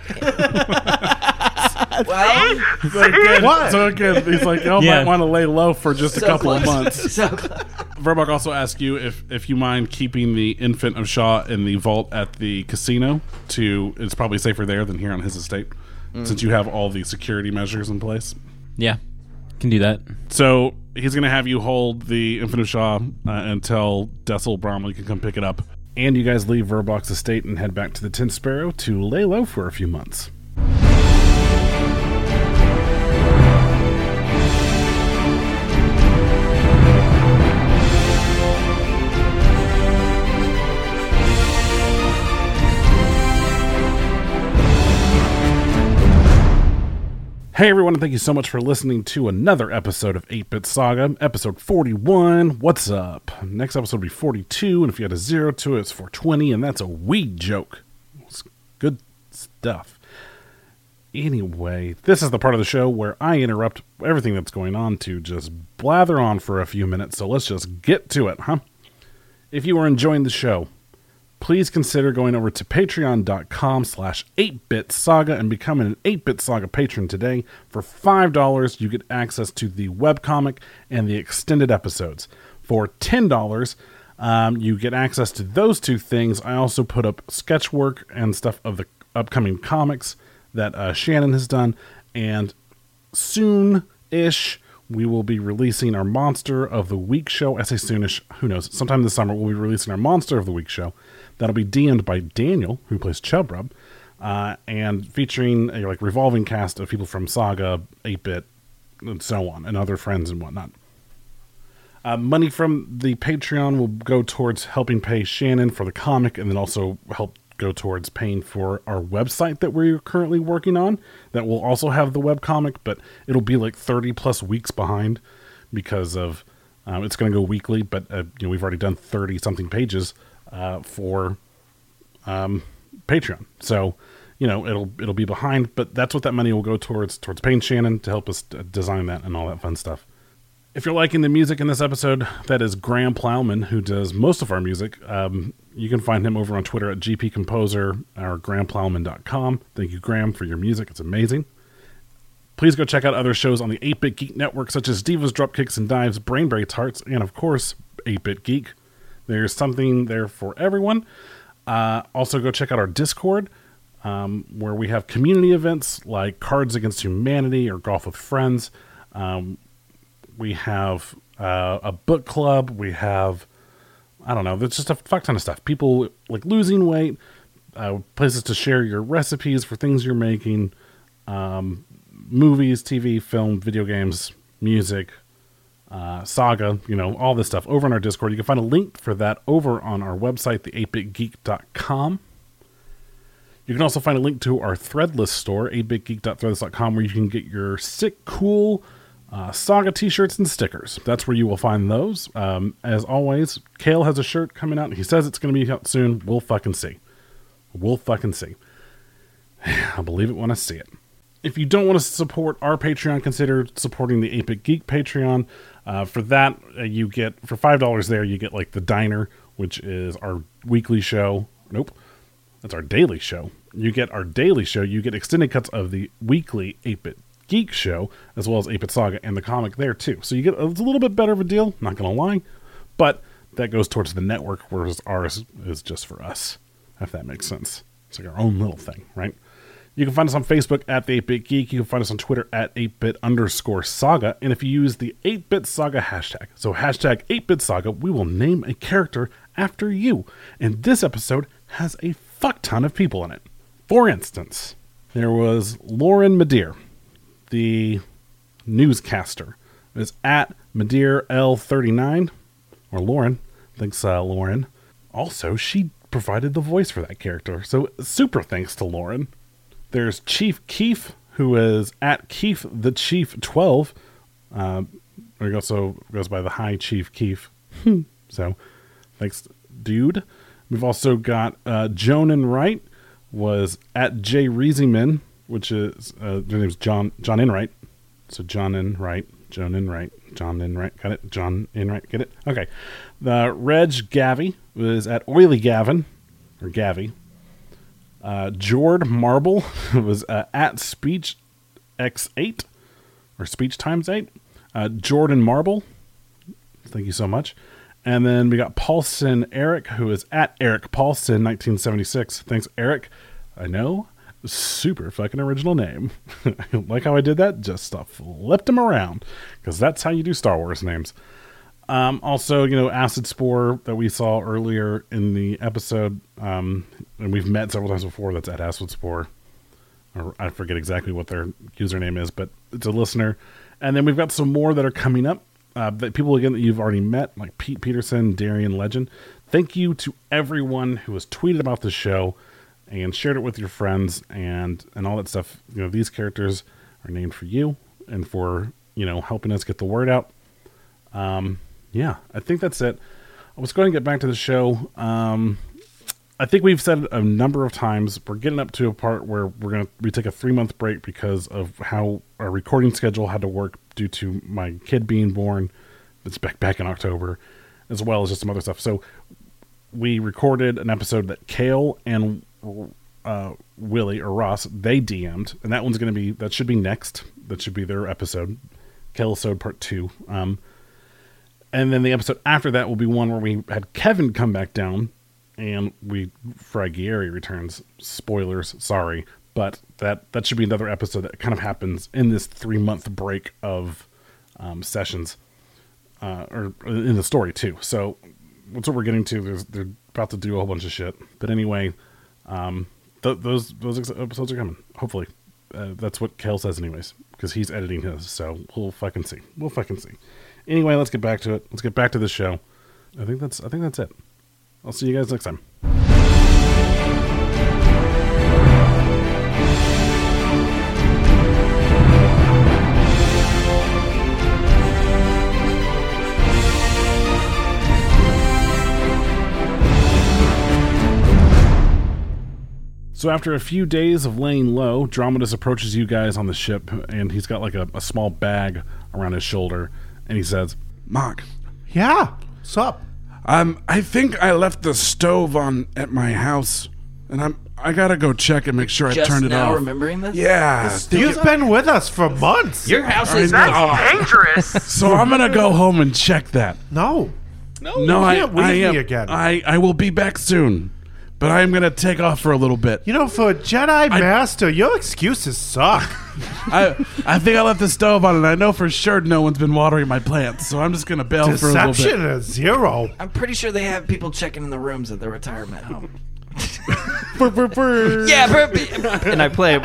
[SPEAKER 12] well,
[SPEAKER 14] So again,
[SPEAKER 12] What?
[SPEAKER 14] So again, he's like, y'all
[SPEAKER 7] <laughs> Yeah.
[SPEAKER 14] might want to lay low for just
[SPEAKER 12] So
[SPEAKER 14] a couple of
[SPEAKER 12] close.
[SPEAKER 14] months.
[SPEAKER 12] <laughs> So
[SPEAKER 14] Verbox also asked you if if you mind keeping the infant of Shaw in the vault at the casino. To it's probably safer there than here on his estate,
[SPEAKER 7] Mm.
[SPEAKER 14] since you have all the security measures in place.
[SPEAKER 7] Yeah, can do that.
[SPEAKER 14] So he's going to have you hold the infant of Shaw uh, until Dessel Bromley can come pick it up.
[SPEAKER 3] And you guys leave Verbox Estate and head back to the Tin Sparrow to lay low for a few months. Hey everyone, and thank you so much for listening to another episode of 8 Bit Saga, episode 41. What's up? Next episode will be 42, and if you add a zero to it, it's 420, and that's a weed joke. It's good stuff. Anyway, this is the part of the show where I interrupt everything that's going on to just blather on for a few minutes, so let's just get to it, huh? If you are enjoying the show, please consider going over to patreon.com slash 8-bit saga and becoming an 8-bit saga patron today for $5 you get access to the webcomic and the extended episodes for $10 um, you get access to those two things i also put up sketch work and stuff of the upcoming comics that uh, shannon has done and soon ish, we will be releasing our Monster of the Week show. I say soonish, who knows? Sometime this summer, we'll be releasing our Monster of the Week show. That'll be DM'd by Daniel, who plays Chubrub, uh, and featuring a like revolving cast of people from Saga, 8 Bit, and so on, and other friends and whatnot. Uh, money from the Patreon will go towards helping pay Shannon for the comic and then also help go towards paying for our website that we're currently working on that will also have the webcomic, but it'll be like 30 plus weeks behind because of um, it's going to go weekly, but uh, you know we've already done 30 something pages uh, for um, Patreon. So, you know, it'll it'll be behind, but that's what that money will go towards towards Payne Shannon to help us uh, design that and all that fun stuff. If you're liking the music in this episode, that is Graham Plowman, who does most of our music. Um, you can find him over on Twitter at GP Composer or grahamplowman.com. Thank you, Graham, for your music. It's amazing. Please go check out other shows on the 8 Bit Geek Network, such as Divas, Dropkicks, and Dives, Brainberry Tarts, and of course, 8 Bit Geek. There's something there for everyone. Uh, also, go check out our Discord, um, where we have community events like Cards Against Humanity or Golf with Friends. Um, we have uh, a book club. We have, I don't know, there's just a fuck ton of stuff. People like losing weight, uh, places to share your recipes for things you're making, um, movies, TV, film, video games, music, uh, saga, you know, all this stuff over on our Discord. You can find a link for that over on our website, the8bitgeek.com. You can also find a link to our Threadless store, 8bitgeek.threadless.com, where you can get your sick, cool uh, Saga t shirts and stickers. That's where you will find those. Um, as always, Kale has a shirt coming out. He says it's going to be out soon. We'll fucking see. We'll fucking see. <sighs> I believe it when I see it. If you don't want to support our Patreon, consider supporting the Apic Geek Patreon. Uh, for that, uh, you get for five dollars there, you get like the diner, which is our weekly show. Nope, that's our daily show. You get our daily show. You get extended cuts of the weekly Apic Geek show, as well as Apic Saga and the comic there too. So you get it's a little bit better of a deal. Not gonna lie, but that goes towards the network, whereas ours is just for us. If that makes sense, it's like our own little thing, right? You can find us on Facebook at the 8-Bit Geek. You can find us on Twitter at 8-Bit underscore Saga. And if you use the 8-Bit Saga hashtag, so hashtag 8-Bit Saga, we will name a character after you. And this episode has a fuck ton of people in it. For instance, there was Lauren Madeir, the newscaster. It's at Madeir L39, or Lauren. Thanks, uh, Lauren. Also, she provided the voice for that character. So super thanks to Lauren. There's Chief Keef, who is at Keef the Chief 12. Uh, he also goes by the High Chief Keef. Hmm. so, thanks, dude. We've also got uh, Joan and Wright was at J Reezyman, which is uh, their name's John John Enright. So John Enright, Joan Enright, John Enright. Got it? John Enright. Get it? Okay. The Reg Gavi was at Oily Gavin or Gavi. Uh, Jord Marble <laughs> was uh, at Speech X8 or Speech Times 8. Uh, Jordan Marble, thank you so much. And then we got Paulson Eric, who is at Eric Paulson 1976. Thanks, Eric. I know, super fucking original name. <laughs> like how I did that? Just uh, flipped him around because that's how you do Star Wars names. Um, also, you know, Acid Spore that we saw earlier in the episode, um, and we've met several times before. That's at Acid Spore. Or I forget exactly what their username is, but it's a listener. And then we've got some more that are coming up. Uh, that people again that you've already met, like Pete Peterson, Darian Legend. Thank you to everyone who has tweeted about the show and shared it with your friends and and all that stuff. You know, these characters are named for you and for you know helping us get the word out. Um, yeah, I think that's it. I was going to get back to the show. Um, I think we've said it a number of times. We're getting up to a part where we're gonna we take a three month break because of how our recording schedule had to work due to my kid being born. It's back back in October, as well as just some other stuff. So we recorded an episode that Kale and uh, Willie or Ross they DM'd, and that one's gonna be that should be next. That should be their episode, Kale episode part two. Um, and then the episode after that will be one where we had Kevin come back down and we Fragieri returns. Spoilers, sorry, but that that should be another episode that kind of happens in this three month break of um, sessions, uh, or in the story too. So that's what we're getting to. There's, they're about to do a whole bunch of shit, but anyway, um, th- those those ex- episodes are coming. Hopefully, uh, that's what Kale says, anyways, because he's editing his. So we'll fucking see. We'll fucking see. Anyway, let's get back to it. Let's get back to the show. I think that's I think that's it. I'll see you guys next time. So after a few days of laying low, Dromedus approaches you guys on the ship, and he's got like a, a small bag around his shoulder, and he says,
[SPEAKER 16] Mark,
[SPEAKER 4] Yeah. Sup?
[SPEAKER 16] um, I think I left the stove on at my house, and I'm I gotta go check and make sure I
[SPEAKER 12] Just
[SPEAKER 16] turned it
[SPEAKER 12] now
[SPEAKER 16] off.
[SPEAKER 12] remembering this?
[SPEAKER 16] Yeah,
[SPEAKER 4] You've been with us for months.
[SPEAKER 12] Your house is
[SPEAKER 16] I
[SPEAKER 12] not
[SPEAKER 16] know.
[SPEAKER 12] dangerous.
[SPEAKER 16] Oh. <laughs> so I'm gonna go home and check that.
[SPEAKER 4] No,
[SPEAKER 16] no,
[SPEAKER 4] Oh, you
[SPEAKER 16] I,
[SPEAKER 4] can't leave
[SPEAKER 16] I am, Uh,
[SPEAKER 4] me again.
[SPEAKER 16] I I will be back soon, but I am gonna take off for a little bit.
[SPEAKER 4] You know, for a Jedi Master, your excuses suck.
[SPEAKER 16] <laughs> I I think I left the stove on, and I know for sure no one's been watering my plants, so I'm just gonna bail for a little bit.
[SPEAKER 4] is zero.
[SPEAKER 12] I'm pretty sure they have people checking in the rooms at the retirement home.
[SPEAKER 17] <laughs>
[SPEAKER 16] yeah,
[SPEAKER 17] and I
[SPEAKER 16] <laughs>
[SPEAKER 17] play.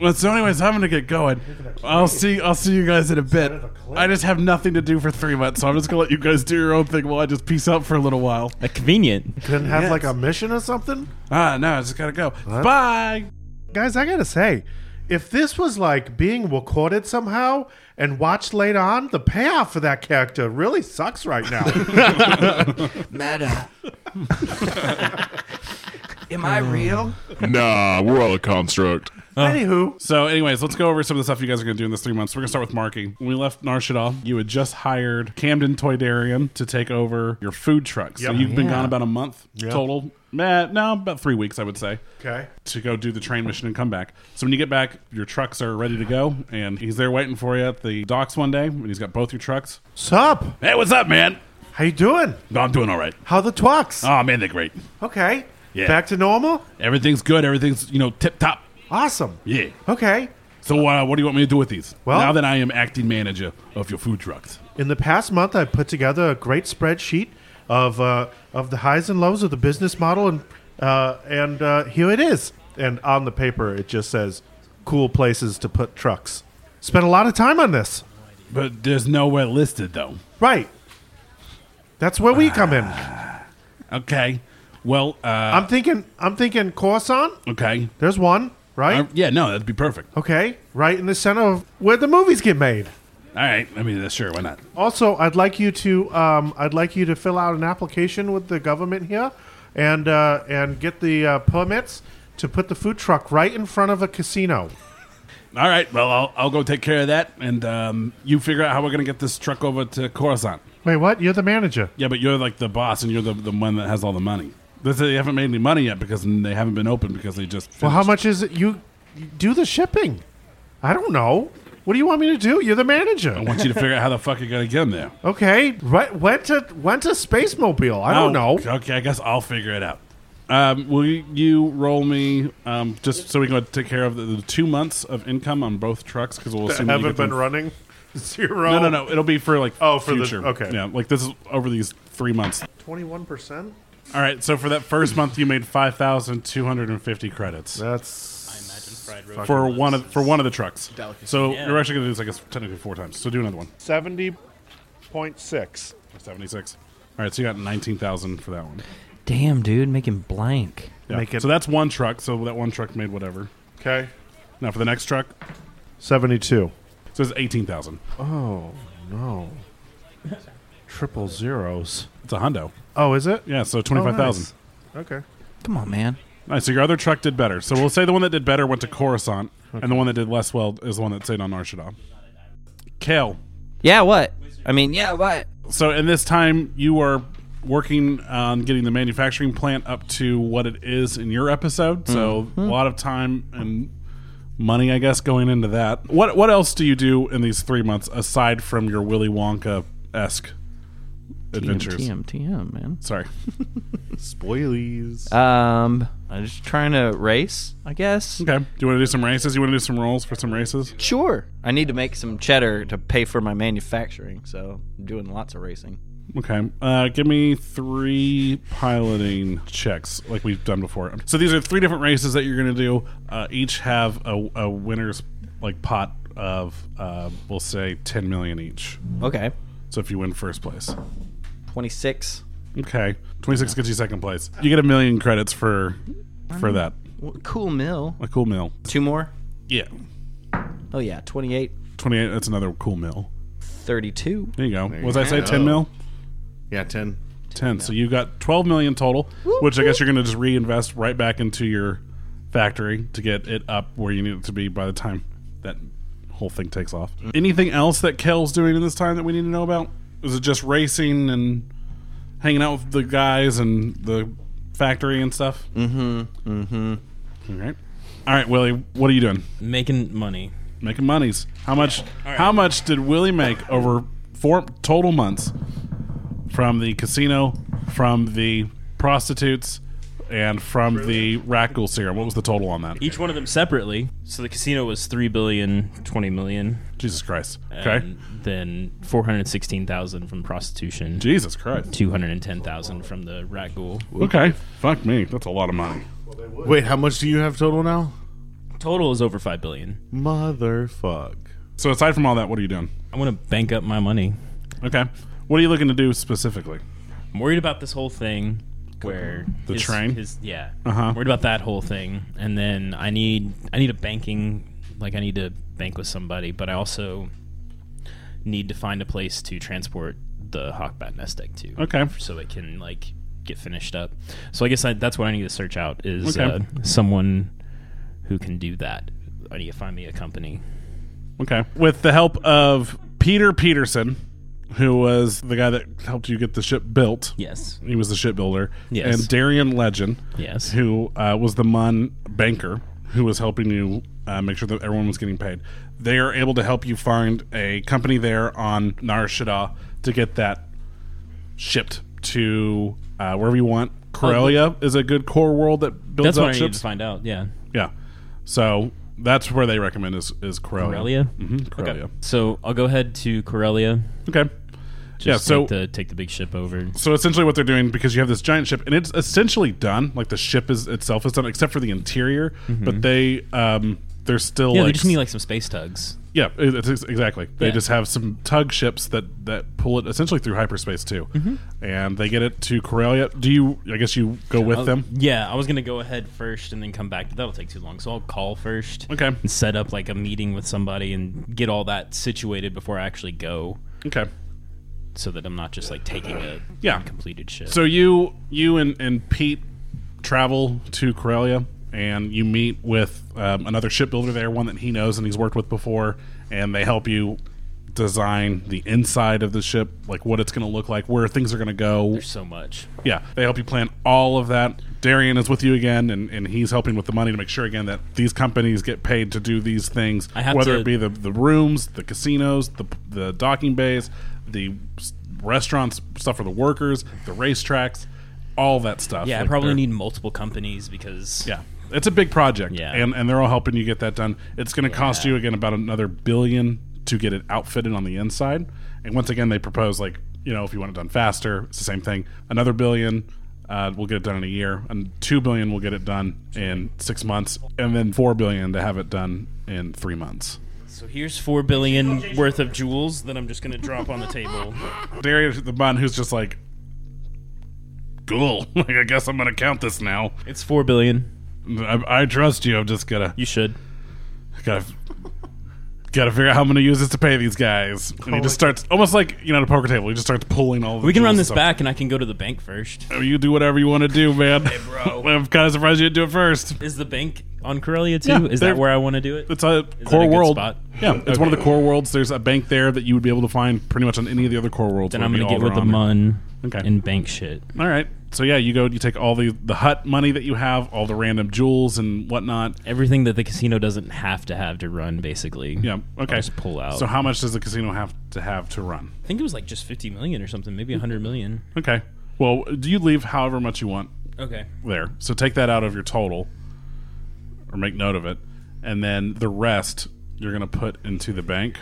[SPEAKER 16] Well, so anyways, I'm gonna get going. I'll see. I'll see you guys in a bit. I just have nothing to do for three months, so I'm just gonna let you guys do your own thing while I just peace out for a little while.
[SPEAKER 18] convenient.
[SPEAKER 4] Couldn't have like a mission or something?
[SPEAKER 16] Ah, no, I just gotta go.
[SPEAKER 4] What?
[SPEAKER 16] Bye.
[SPEAKER 4] Guys, I gotta say, if this was like being recorded somehow and watched later on, the payoff for that character really sucks
[SPEAKER 12] <laughs>
[SPEAKER 4] right now. <laughs>
[SPEAKER 12] Oh. Meta. Am I real?
[SPEAKER 8] nah, we're all a construct.
[SPEAKER 4] Anywho.
[SPEAKER 3] So, anyways, let's go over some of the stuff you guys are going to do in this three months. We're going to start with Marky. When we left Narshadal, you had just hired Camden Toydarian to take over your food truck. So,
[SPEAKER 19] Yep.
[SPEAKER 3] you've been
[SPEAKER 19] Yeah.
[SPEAKER 3] gone about a month
[SPEAKER 19] Yep.
[SPEAKER 3] total. Eh, no, about three weeks, I would say.
[SPEAKER 4] Okay.
[SPEAKER 3] To go do the train mission and come back. So, when you get back, your trucks are ready to go, and he's there waiting for you at the docks one day, and he's got both your trucks.
[SPEAKER 4] Sup?
[SPEAKER 3] Hey, what's up, man?
[SPEAKER 4] How you doing?
[SPEAKER 3] I'm doing all right.
[SPEAKER 4] How the twucks?
[SPEAKER 3] Oh, man, they're great.
[SPEAKER 4] Okay.
[SPEAKER 3] Yeah.
[SPEAKER 4] Back to normal?
[SPEAKER 3] Everything's good. Everything's, you know, tip top.
[SPEAKER 4] Awesome.
[SPEAKER 3] Yeah.
[SPEAKER 4] Okay.
[SPEAKER 3] So, uh, what do you want me to do with these?
[SPEAKER 4] Well-
[SPEAKER 3] now that I am acting manager of your food trucks.
[SPEAKER 4] In the past month, I put together a great spreadsheet of uh, of the highs and lows of the business model, and uh, and uh, here it is. And on the paper, it just says cool places to put trucks. Spent a lot of time on this.
[SPEAKER 3] But there's nowhere listed, though.
[SPEAKER 4] Right. That's where we come in.
[SPEAKER 3] Ah, Okay. Well, uh,
[SPEAKER 4] I'm thinking. I'm thinking Corson.
[SPEAKER 3] Okay. Uh,
[SPEAKER 4] There's one. Right.
[SPEAKER 3] yeah. No, that'd be perfect.
[SPEAKER 4] Okay. Right in the center of where the movies get made.
[SPEAKER 3] All right. I mean, that's sure. Why not?
[SPEAKER 4] Also, I'd like you to um, I'd like you to fill out an application with the government here, and uh, and get the uh, permits to put the food truck right in front of a casino.
[SPEAKER 3] All right. Well, I'll, I'll go take care of that, and um, you figure out how we're gonna get this truck over to Coruscant.
[SPEAKER 4] Wait, what? You're the manager.
[SPEAKER 3] Yeah, but you're like the boss, and you're the, the one that has all the money. They say they haven't made any money yet because they haven't been open because they just.
[SPEAKER 4] Well, how much is it? You you do the shipping. I don't know. What do you want me to do? You're the manager.
[SPEAKER 3] <laughs> I want you to figure out how the fuck you're gonna get them there.
[SPEAKER 4] Okay, right, went to went to Space Mobile. I don't know.
[SPEAKER 3] Oh, Okay, I guess I'll figure it out. Um, will you roll me um, just so we can take care of the, the two months of income on both trucks? Because we'll
[SPEAKER 4] That
[SPEAKER 3] assume that you
[SPEAKER 4] haven't
[SPEAKER 3] get them
[SPEAKER 4] been running? <laughs> Zero?
[SPEAKER 3] No, no, no. It'll be for like
[SPEAKER 4] Oh, for the-
[SPEAKER 3] future.
[SPEAKER 4] okay.
[SPEAKER 3] yeah. Like this is over these three months.
[SPEAKER 4] Twenty one percent.
[SPEAKER 3] All right. So for that first month, you made five thousand two hundred and fifty credits.
[SPEAKER 4] That's
[SPEAKER 3] I imagine
[SPEAKER 4] fried
[SPEAKER 3] fried for one of for one of the trucks.
[SPEAKER 4] Delicacy.
[SPEAKER 3] So
[SPEAKER 4] Yeah.
[SPEAKER 3] you're actually gonna do this, I guess, technically four times. So do another one.
[SPEAKER 4] Seventy point six.
[SPEAKER 3] Seventy six. All right. So you got nineteen thousand for that one.
[SPEAKER 10] Damn, dude, making blank.
[SPEAKER 3] Yeah. so that's one truck. So that one truck made whatever.
[SPEAKER 4] Okay.
[SPEAKER 3] Now for the next truck,
[SPEAKER 4] Seventy two.
[SPEAKER 3] so it's eighteen thousand.
[SPEAKER 4] Oh no. Triple zeros.
[SPEAKER 3] It's a hundo.
[SPEAKER 4] Oh, is it?
[SPEAKER 3] Yeah. So twenty five thousand.
[SPEAKER 4] Oh, nice. Okay.
[SPEAKER 10] Come on, man.
[SPEAKER 3] All right, so your other truck did better. So we'll say the one that did better went to Coruscant, and the one that did less well is the one that stayed on Arshadam. Kale.
[SPEAKER 10] Yeah, what? I mean, yeah, what?
[SPEAKER 3] So in this time, you are working on getting the manufacturing plant up to what it is in your episode. So
[SPEAKER 10] Mm-hmm.
[SPEAKER 3] a lot of time and money, I guess, going into that. What What else do you do in these three months aside from your Willy Wonka esque adventures?
[SPEAKER 10] TM, TM, man. <laughs>
[SPEAKER 3] Sorry.
[SPEAKER 9] Spoilies.
[SPEAKER 10] Um, I'm just trying to race, I guess.
[SPEAKER 3] Okay. Do you want to do some races? You want to do some rolls for some races?
[SPEAKER 10] Sure. I need to make some cheddar to pay for my manufacturing, so I'm doing lots of racing.
[SPEAKER 3] Okay. Uh, give me three piloting checks like we've done before. So these are three different races that you're going to do. Uh, each have a, a winner's like pot of uh, we'll say 10 million each.
[SPEAKER 10] Okay.
[SPEAKER 3] So if you win first place.
[SPEAKER 10] 26.
[SPEAKER 3] Okay. 26 gets you second place. You get a million credits for for that.
[SPEAKER 10] W- Cool mill.
[SPEAKER 3] A cool mill.
[SPEAKER 10] Two more?
[SPEAKER 3] Yeah.
[SPEAKER 10] Oh, yeah. 28.
[SPEAKER 3] 28 that's another cool mill.
[SPEAKER 10] 32.
[SPEAKER 3] There you go.
[SPEAKER 10] There
[SPEAKER 3] Was
[SPEAKER 10] you
[SPEAKER 3] I say
[SPEAKER 10] go.
[SPEAKER 3] 10 mil?
[SPEAKER 9] Yeah, 10.
[SPEAKER 3] 10. So you got 12 million total, which I guess you're going to just reinvest right back into your factory to get it up where you need it to be by the time that whole thing takes off. Anything else that Kel's doing in this time that we need to know about? Is it just racing and hanging out with the guys and the factory and stuff?
[SPEAKER 7] Mm hmm. Mm hmm.
[SPEAKER 3] All right. All right, Willie, what are you doing?
[SPEAKER 7] Making money.
[SPEAKER 3] Making monies. How much how much did Willie make over four total months from the casino, from the prostitutes, and from the Rackle serum? What was the total on that?
[SPEAKER 7] Each one of them separately. So the casino was 3 billion, 20 million.
[SPEAKER 3] Jesus Christ. Okay.
[SPEAKER 7] And then 416,000 from prostitution.
[SPEAKER 3] Jesus Christ.
[SPEAKER 7] 210,000 from the rat ghoul.
[SPEAKER 3] Okay. Fuck me. That's a lot of money.
[SPEAKER 9] Wait, how much do you have total now?
[SPEAKER 7] Total is over 5 billion.
[SPEAKER 9] Motherfuck.
[SPEAKER 3] So aside from all that, what are you doing?
[SPEAKER 7] I want to bank up my money.
[SPEAKER 3] Okay. What are you looking to do specifically?
[SPEAKER 7] I'm worried about this whole thing where
[SPEAKER 3] The
[SPEAKER 7] his-
[SPEAKER 3] train?
[SPEAKER 7] his- yeah.
[SPEAKER 3] Uh-huh.
[SPEAKER 7] I'm worried about that whole thing, and then I need I need a banking like I need to bank with somebody, but I also need to find a place to transport the Hawkbat nest egg to.
[SPEAKER 3] Okay.
[SPEAKER 7] So it can like get finished up. So I guess I, that's what I need to search out is
[SPEAKER 3] Okay.
[SPEAKER 7] uh, someone who can do that. I need to find me a company.
[SPEAKER 3] Okay. With the help of Peter Peterson, who was the guy that helped you get the ship built.
[SPEAKER 7] Yes.
[SPEAKER 3] He was the shipbuilder.
[SPEAKER 7] Yes.
[SPEAKER 3] And Darian Legend.
[SPEAKER 7] Yes.
[SPEAKER 3] Who uh, was the Mun banker who was helping you uh, make sure that everyone was getting paid. They are able to help you find a company there on Nar Shaddaa to get that shipped to uh, wherever you want. Corellia is a good core world that builds
[SPEAKER 7] Oh, That's
[SPEAKER 3] up
[SPEAKER 7] what I need
[SPEAKER 3] ships.
[SPEAKER 7] to find out. Yeah.
[SPEAKER 3] Yeah. So that's where they recommend is is Corellia.
[SPEAKER 7] Corellia.
[SPEAKER 3] hmm Corellia.
[SPEAKER 7] Okay. So I'll go ahead to Corellia.
[SPEAKER 3] Okay.
[SPEAKER 7] Just
[SPEAKER 3] Yeah, so-
[SPEAKER 7] take the, take the big ship over.
[SPEAKER 3] So essentially, what they're doing because you have this giant ship, and it's essentially done. Like the ship is itself is done, except for the interior.
[SPEAKER 7] Mhm.
[SPEAKER 3] But they um they're still
[SPEAKER 7] Yeah,
[SPEAKER 3] like,
[SPEAKER 7] we just need like some space tugs.
[SPEAKER 3] yeah it- it's, it's- exactly. They
[SPEAKER 7] Yeah.
[SPEAKER 3] just have some tug ships that that pull it essentially through hyperspace too,
[SPEAKER 7] Mhm.
[SPEAKER 3] and they get it to Corellia. Do you? I guess you go with
[SPEAKER 7] Oh,
[SPEAKER 3] them.
[SPEAKER 7] Yeah, I was gonna go ahead first and then come back, but that'll take too long. So I'll call first.
[SPEAKER 3] Okay.
[SPEAKER 7] And set up like a meeting with somebody and get all that situated before I actually go.
[SPEAKER 3] Okay.
[SPEAKER 7] So that I'm not just like taking a
[SPEAKER 3] Yeah.
[SPEAKER 7] completed ship.
[SPEAKER 3] So you you and, and Pete travel to Corellia and you meet with um, another shipbuilder there, one that he knows and he's worked with before, and they help you design the inside of the ship, like what it's going to look like, where things are going to go. There's
[SPEAKER 7] so much.
[SPEAKER 3] Yeah, they help you plan all of that. Darian is with you again, and, and he's helping with the money to make sure again that these companies get paid to do these things.
[SPEAKER 7] I have
[SPEAKER 3] whether
[SPEAKER 7] to-
[SPEAKER 3] it be the, the rooms, the casinos, the the docking bays, the s- restaurants, stuff for the workers, the racetracks, all that stuff.
[SPEAKER 7] yeah, I
[SPEAKER 3] uh, Like,
[SPEAKER 7] probably
[SPEAKER 3] they're-
[SPEAKER 7] need multiple companies because
[SPEAKER 3] Yeah, it's a big project. Yeah, and and they're all helping you get that done. It's going to cost you again about another billion to get it outfitted on the inside. And once again, they propose like you know if you want it done faster, it's the same thing. Another billion. Uh, we'll get it done in a year, and two billion we'll get it done in six months, and then four billion to have it done in three months.
[SPEAKER 7] So here's four billion worth of jewels that I'm just gonna drop on the table.
[SPEAKER 3] Darius the Bun, who's just like, cool. <laughs> Like I guess I'm gonna count this now.
[SPEAKER 7] It's four billion.
[SPEAKER 3] I, I trust you. I'm just gonna.
[SPEAKER 7] You should.
[SPEAKER 3] Gotta. Gotta figure out how I'm gonna use this to pay these guys. And he just starts almost like you know at a poker table. He just starts pulling all. The
[SPEAKER 7] We can run
[SPEAKER 3] jewels
[SPEAKER 7] this
[SPEAKER 3] and stuff.
[SPEAKER 7] back, and I can go to the bank first.
[SPEAKER 3] Oh, You do whatever you want to do, man. Hey, <laughs>
[SPEAKER 7] bro.
[SPEAKER 3] I'm kind of surprised you didn't do it first.
[SPEAKER 7] Is the bank on Corellia too?
[SPEAKER 3] Yeah,
[SPEAKER 7] Is
[SPEAKER 3] they're-
[SPEAKER 7] that where I want to do it?
[SPEAKER 3] It's a
[SPEAKER 7] Is that
[SPEAKER 3] core
[SPEAKER 7] good
[SPEAKER 3] world.
[SPEAKER 7] spot?
[SPEAKER 3] Yeah, it's one of the
[SPEAKER 7] Okay.
[SPEAKER 3] core worlds. There's a bank there that you would be able to find pretty much on any of the other core worlds.
[SPEAKER 7] Then
[SPEAKER 3] where
[SPEAKER 7] I'm gonna
[SPEAKER 3] the
[SPEAKER 7] get with the
[SPEAKER 3] Alderaan
[SPEAKER 7] mun
[SPEAKER 3] are.
[SPEAKER 7] and bank shit.
[SPEAKER 3] All right. So yeah, you go. You take all the the hut money that you have, all the random jewels and whatnot.
[SPEAKER 7] Everything that the casino doesn't have to have to run, basically.
[SPEAKER 3] Yeah.
[SPEAKER 7] I'll
[SPEAKER 3] Okay.
[SPEAKER 7] just pull out.
[SPEAKER 3] So how much does the casino have to have to run?
[SPEAKER 7] I think it was like just 50 million or something, maybe 100 million.
[SPEAKER 3] Okay. Well, do you leave however much you want?
[SPEAKER 7] Okay.
[SPEAKER 3] There. So take that out of your total, or make note of it, and then the rest you're gonna put into the bank.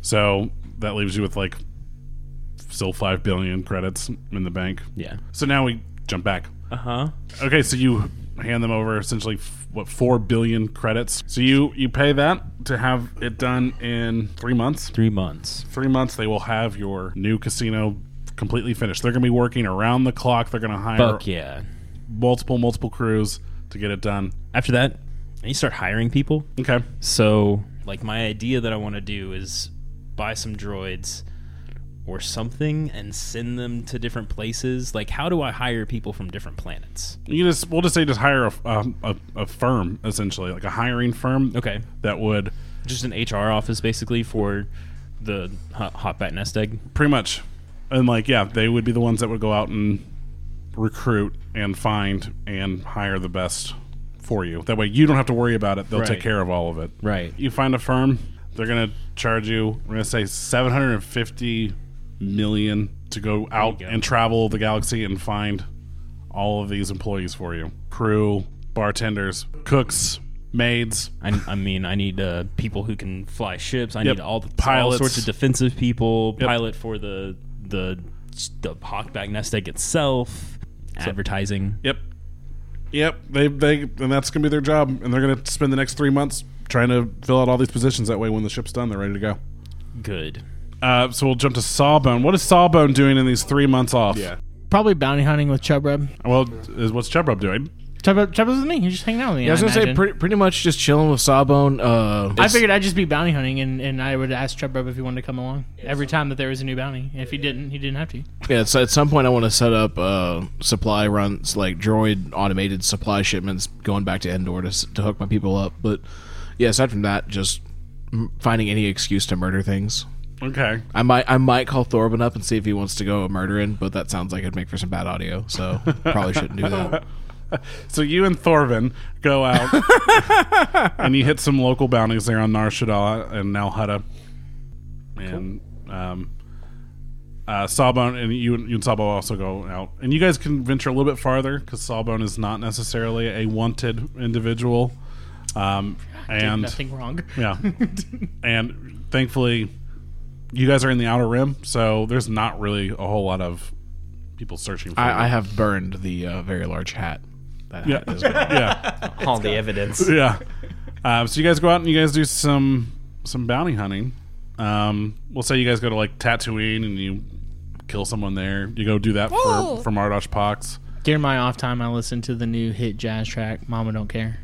[SPEAKER 3] So that leaves you with like still five billion credits in the bank.
[SPEAKER 7] Yeah.
[SPEAKER 3] So now we jump back.
[SPEAKER 7] Uh huh.
[SPEAKER 3] Okay, so you hand them over essentially f- what four billion credits. So you you pay that to have it done in three months.
[SPEAKER 7] Three months.
[SPEAKER 3] Three months. They will have your new casino completely finished. They're going to be working around the clock. They're going to hire
[SPEAKER 7] Fuck yeah.
[SPEAKER 3] multiple multiple crews to get it done.
[SPEAKER 7] After that, and you start hiring people.
[SPEAKER 3] Okay.
[SPEAKER 7] So, like, my idea that I want to do is buy some droids or something and send them to different places. Like, how do I hire people from different planets?
[SPEAKER 3] You just we'll just say just hire a um, a, a firm essentially like a hiring firm.
[SPEAKER 7] Okay.
[SPEAKER 3] That would
[SPEAKER 7] Just an HR office, basically, for the hot, hot bat nest egg.
[SPEAKER 3] pretty much and like yeah they would be the ones that would go out and recruit and find and hire the best for you that way you don't have to worry about it they'll take
[SPEAKER 7] Right.
[SPEAKER 3] care of all of it
[SPEAKER 7] right
[SPEAKER 3] you find a firm they're gonna charge you we're gonna say 750 million to go out and travel the galaxy and find all of these employees for you crew bartenders cooks maids
[SPEAKER 7] I, I mean, I need uh, people who can fly ships. I
[SPEAKER 3] Yep.
[SPEAKER 7] need all the
[SPEAKER 3] Pilots.
[SPEAKER 7] all sorts of defensive people.
[SPEAKER 3] Yep.
[SPEAKER 7] Pilot for the the the hawkback nest egg itself. Advertising.
[SPEAKER 3] Yep. Yep, they they and that's gonna be their job, and they're gonna spend the next three months trying to fill out all these positions. That way, when the ship's done, they're ready to go.
[SPEAKER 7] Good.
[SPEAKER 3] Uh, so we'll jump to Sawbone. What is Sawbone doing in these three months off?
[SPEAKER 6] Probably bounty hunting with Chubrub.
[SPEAKER 3] Well, is what's Chubrub doing?
[SPEAKER 6] Chub Chubb was with me. He was just hanging out with me.
[SPEAKER 5] Yeah, I was gonna say
[SPEAKER 6] imagine.
[SPEAKER 5] pretty, pretty much just chilling with Sawbone. Uh,
[SPEAKER 6] I figured I'd just be bounty hunting, and, and I would ask Chubb if he wanted to come along every time that there was a new bounty. If he didn't, he didn't have to.
[SPEAKER 5] Yeah, so at some point I want to set up uh, supply runs, like droid automated supply shipments going back to Endor to, s- to hook my people up. But yeah, aside from that, just m- finding any excuse to murder things.
[SPEAKER 3] Okay.
[SPEAKER 5] I might I might call Thorben up and see if he wants to go murdering, but that sounds like it'd make for some bad audio, so probably shouldn't
[SPEAKER 3] <laughs>
[SPEAKER 5] do that.
[SPEAKER 3] So you and Thorvin go out
[SPEAKER 5] <laughs>
[SPEAKER 3] and you hit some local bounties there on Nar Shaddaa and Nal Hutta. And um, uh, Sawbone and you, and- you and Sawbone also go out. And you guys can venture a little bit farther because Sawbone is not necessarily a wanted individual. Um,
[SPEAKER 6] did
[SPEAKER 3] and
[SPEAKER 6] nothing wrong. <laughs>
[SPEAKER 3] Yeah. <laughs> and thankfully, you guys are in the outer rim, so there's not really a whole lot of people searching for you.
[SPEAKER 5] I, I have burned the uh, very large hat. That hat
[SPEAKER 3] <laughs>
[SPEAKER 5] is gone.
[SPEAKER 3] yeah.
[SPEAKER 10] All the evidence.
[SPEAKER 3] <laughs> Yeah. Um, so you guys go out and you guys do some some bounty hunting. Um, we'll say you guys go to like Tatooine and you kill someone there. You go do that
[SPEAKER 6] Whoa.
[SPEAKER 3] for for Mardosh Pox
[SPEAKER 6] During my off time, I listened to the new hit jazz track, Mama Don't
[SPEAKER 3] <laughs>
[SPEAKER 6] Care.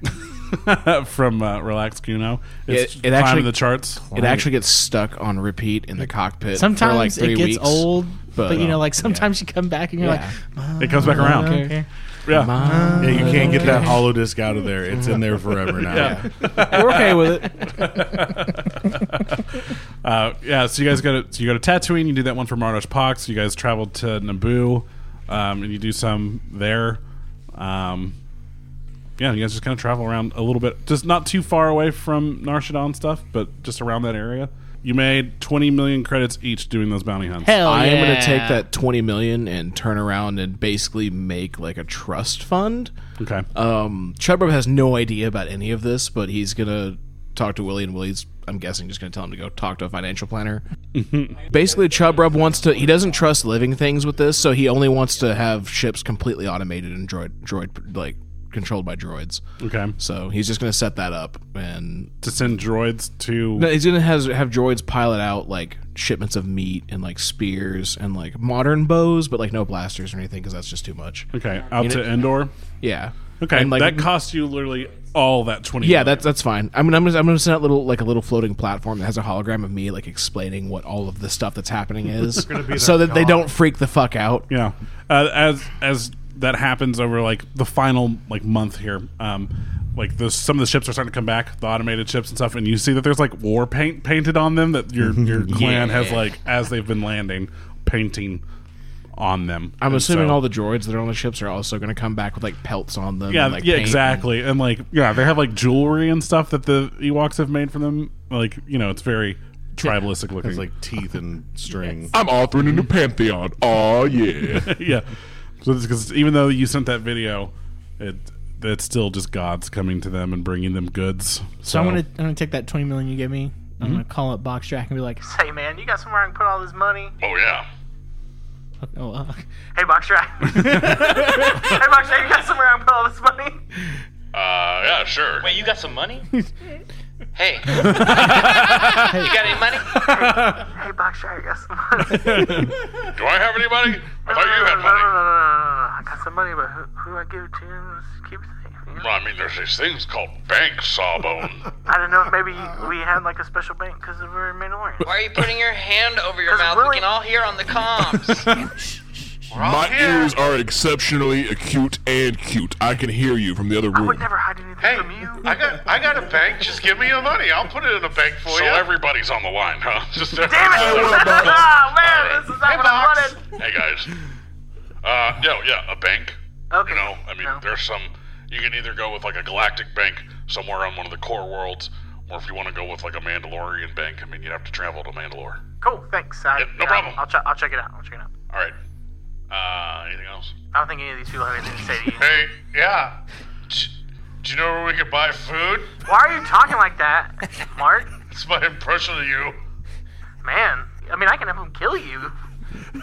[SPEAKER 3] from uh, Relax Kuno. It's
[SPEAKER 5] It- it
[SPEAKER 3] climbing
[SPEAKER 5] actually-
[SPEAKER 3] the charts.
[SPEAKER 5] It actually gets stuck on repeat in the cockpit. for,
[SPEAKER 6] Sometimes
[SPEAKER 5] like three
[SPEAKER 6] it gets
[SPEAKER 5] weeks, um,
[SPEAKER 6] old, but, you know, like sometimes you come back and you're
[SPEAKER 5] Yeah.
[SPEAKER 6] like,
[SPEAKER 3] It comes back
[SPEAKER 6] "Mama
[SPEAKER 3] around."
[SPEAKER 6] Don't Care."
[SPEAKER 3] Yeah.
[SPEAKER 6] Mama
[SPEAKER 9] Yeah, you
[SPEAKER 6] Don't
[SPEAKER 9] can't get that
[SPEAKER 6] Care.
[SPEAKER 9] hollow disc out of there. It's in there forever now.
[SPEAKER 3] <laughs> Yeah.
[SPEAKER 10] We're okay with
[SPEAKER 3] it. <laughs> uh, yeah, so you guys go to so you go to Tatooine. You do that one for Mardosh Pox. You guys traveled to Naboo, um, and you do some there. Um, yeah, you guys just kind of travel around a little bit, just not too far away from Narshadon stuff, but just around that area. You made twenty million credits each doing those bounty hunts.
[SPEAKER 5] I am going to take that 20 million and turn around and basically make like a trust fund.
[SPEAKER 3] Okay.
[SPEAKER 5] Um Chubrub has no idea about any of this, but he's going to talk to Willie and Willie's I'm guessing just going to tell him to go talk to a
[SPEAKER 3] <laughs>
[SPEAKER 5] financial planner. Basically Chubrub wants to he doesn't trust living things with this, so he only wants to have ships completely automated and droid droid like controlled by droids.
[SPEAKER 3] Okay.
[SPEAKER 5] So he's just going to set that up and
[SPEAKER 3] to send droids to
[SPEAKER 5] no, he's gonna has have droids pilot out like shipments of meat and like spears and like modern bows, but like no blasters or anything because that's just too much.
[SPEAKER 3] Okay, out to Endor.
[SPEAKER 5] Yeah.
[SPEAKER 3] Okay,
[SPEAKER 5] And, like,
[SPEAKER 3] that costs you literally all that twenty.
[SPEAKER 5] yeah, that's that's fine. I'm gonna I'm gonna, I'm gonna send out little like a little floating platform that has a hologram of me like explaining what all of the stuff
[SPEAKER 3] <laughs>
[SPEAKER 5] that's happening is,
[SPEAKER 3] You're gonna be
[SPEAKER 5] so
[SPEAKER 3] their
[SPEAKER 5] that they
[SPEAKER 3] god.
[SPEAKER 5] don't freak the fuck out.
[SPEAKER 3] Yeah. Uh, as as that happens over like the final like month here, um, like the some of the ships are starting to come back, the automated ships and stuff, and you see that there's like war paint painted on them that your
[SPEAKER 5] <laughs>
[SPEAKER 3] your clan has
[SPEAKER 5] Yeah.
[SPEAKER 3] like as they've been landing painting on them.
[SPEAKER 5] I'm
[SPEAKER 3] And
[SPEAKER 5] assuming
[SPEAKER 3] so-
[SPEAKER 5] all the droids that are on the ships are also gonna come back with like pelts on them.
[SPEAKER 3] yeah,
[SPEAKER 5] and, like,
[SPEAKER 3] yeah,
[SPEAKER 5] paint and-
[SPEAKER 3] exactly, and like yeah, they have like jewelry and stuff that the Ewoks have made for them. Like you know, it's very tribalistic looking. It's
[SPEAKER 9] like teeth and string.
[SPEAKER 8] I'm authoring a new pantheon. Oh yeah.
[SPEAKER 3] <laughs> yeah. So because even though you sent that video, it it's still just gods coming to them and bringing them goods.
[SPEAKER 6] So I'm gonna I'm gonna take that twenty million you gave me. I'm gonna call up Boxtrack and be like,
[SPEAKER 11] Hey man, you got somewhere I can put all this money?
[SPEAKER 8] Oh yeah.
[SPEAKER 6] oh, uh,
[SPEAKER 11] Hey
[SPEAKER 3] <laughs>
[SPEAKER 11] Boxtrack. <laughs> hey Boxtrack, you got somewhere I can put all this money?
[SPEAKER 8] Uh, yeah, sure.
[SPEAKER 20] Wait, you got some money? hey. <laughs>
[SPEAKER 11] <laughs>
[SPEAKER 20] you <laughs> got any money?
[SPEAKER 11] hey Boxtrack, I got some money.
[SPEAKER 8] <laughs> Do I have any money? I thought you had
[SPEAKER 11] No,
[SPEAKER 8] money.
[SPEAKER 11] no, no, no, no, no. I got some money, but who, who do I give it to? Just Keep thinking.
[SPEAKER 8] Well, I mean, there's these things called bank sawbone. <laughs>
[SPEAKER 11] I don't know if maybe we had like a special bank because of our Mandalorian.
[SPEAKER 20] Why are you putting your hand over
[SPEAKER 11] <laughs>
[SPEAKER 20] your
[SPEAKER 11] 'Cause
[SPEAKER 20] mouth?
[SPEAKER 11] Willie-
[SPEAKER 20] We can all hear on the comms.
[SPEAKER 8] My ears are exceptionally acute and cute. I can hear you from the other room.
[SPEAKER 21] Hey, I got I got a bank. Just give me your money. I'll put it in a bank for
[SPEAKER 8] So
[SPEAKER 21] you.
[SPEAKER 8] everybody's on the line, huh?
[SPEAKER 3] <laughs>
[SPEAKER 8] Just
[SPEAKER 21] Damn it!
[SPEAKER 11] oh man, this is not
[SPEAKER 21] Hey,
[SPEAKER 11] what I
[SPEAKER 21] Box.
[SPEAKER 11] wanted.
[SPEAKER 8] Hey guys. Uh, no, yeah, a bank. Okay. You know, I mean, there's some. You can either go with like a galactic bank somewhere on one of the core worlds, or if you want to go with like a Mandalorian bank, I mean, you'd have to travel to Mandalore.
[SPEAKER 11] Cool, thanks. I,
[SPEAKER 8] no problem.
[SPEAKER 11] I'll, ch- I'll check it out. I'll check it out.
[SPEAKER 8] All right. Uh, anything else?
[SPEAKER 11] I don't think any of these people have anything to say to you.
[SPEAKER 21] Hey, yeah. D- Do you know where we can buy food?
[SPEAKER 11] Why are you talking like that, Mark?
[SPEAKER 21] It's my impression of you.
[SPEAKER 11] Man, I mean, I can have them kill you.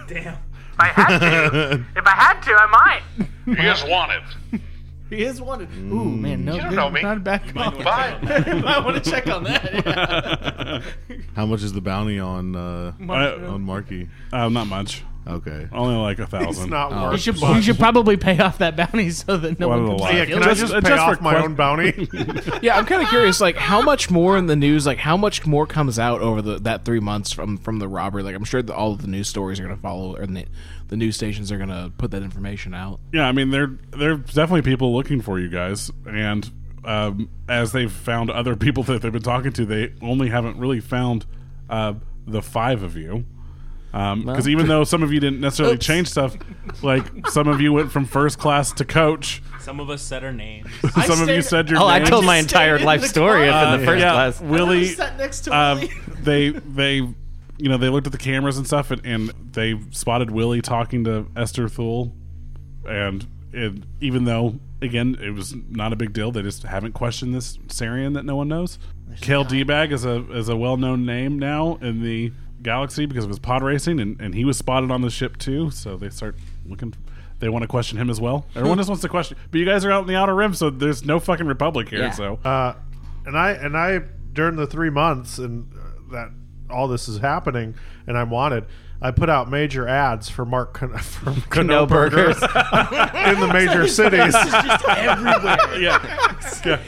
[SPEAKER 11] Damn. If I had to, if I had to, I might.
[SPEAKER 8] You guys want it?
[SPEAKER 6] he is wanted. Ooh man, no,
[SPEAKER 11] You don't
[SPEAKER 6] good,
[SPEAKER 11] know me.
[SPEAKER 6] not a bad call.
[SPEAKER 11] Bye.
[SPEAKER 6] <laughs> I want to check on that.
[SPEAKER 3] <laughs>
[SPEAKER 9] <laughs> How much is the bounty on uh,
[SPEAKER 6] Marky.
[SPEAKER 9] on Marky?
[SPEAKER 3] Uh, not much.
[SPEAKER 9] Okay.
[SPEAKER 3] Only like a thousand.
[SPEAKER 4] It's
[SPEAKER 11] Oh.
[SPEAKER 4] not
[SPEAKER 6] Oh. You should, you should probably pay off that bounty so that no
[SPEAKER 3] What a
[SPEAKER 6] one
[SPEAKER 3] lie.
[SPEAKER 6] can.
[SPEAKER 3] Yeah, can I just pay off my own <laughs>
[SPEAKER 4] bounty?
[SPEAKER 5] yeah, I'm kind of curious. Like, how much more in the news? Like, how much more comes out over the that three months from from the robbery? Like, I'm sure that all of the news stories are going to follow, or the, the news stations are going to put that information out.
[SPEAKER 3] Yeah, I mean, there there's definitely people looking for you guys, and um, as they've found other <laughs> people that they've been talking to, they only haven't really found uh, the five of you. Because
[SPEAKER 19] Well. <laughs>
[SPEAKER 3] even though some of you didn't necessarily
[SPEAKER 19] Oops.
[SPEAKER 3] change stuff, like some of you went from first class to coach.
[SPEAKER 7] <laughs> Some of us said our names.
[SPEAKER 3] <laughs> some of you said your.
[SPEAKER 10] Oh, I
[SPEAKER 3] names.
[SPEAKER 10] told my entire life story up in the first
[SPEAKER 3] yeah,
[SPEAKER 10] class.
[SPEAKER 3] Willie
[SPEAKER 10] sat next to
[SPEAKER 3] um,
[SPEAKER 10] <laughs>
[SPEAKER 3] they they you know they looked at the cameras and stuff and, and they spotted Willie talking to Esther Thule, and it, even though again it was not a big deal, they just haven't questioned this Sarian that no one knows. Kale D-Bag is a is a well known name now in the galaxy because of his pod racing, and, and he was spotted on the ship too. So they start looking. They want to question him as well.
[SPEAKER 10] <laughs>
[SPEAKER 3] Everyone just wants to question, but you guys are out in the outer rim, so there's no fucking republic here. So
[SPEAKER 4] Uh, and I and I during the three months and uh, that all this is happening, and I'm wanted. I put out major ads for Mark <laughs> Con- for
[SPEAKER 8] <laughs>
[SPEAKER 4] Kno
[SPEAKER 10] Kno
[SPEAKER 4] Burgers <laughs>
[SPEAKER 10] Burgers.
[SPEAKER 4] in the major cities.
[SPEAKER 3] everywhere. yeah. <laughs> yeah.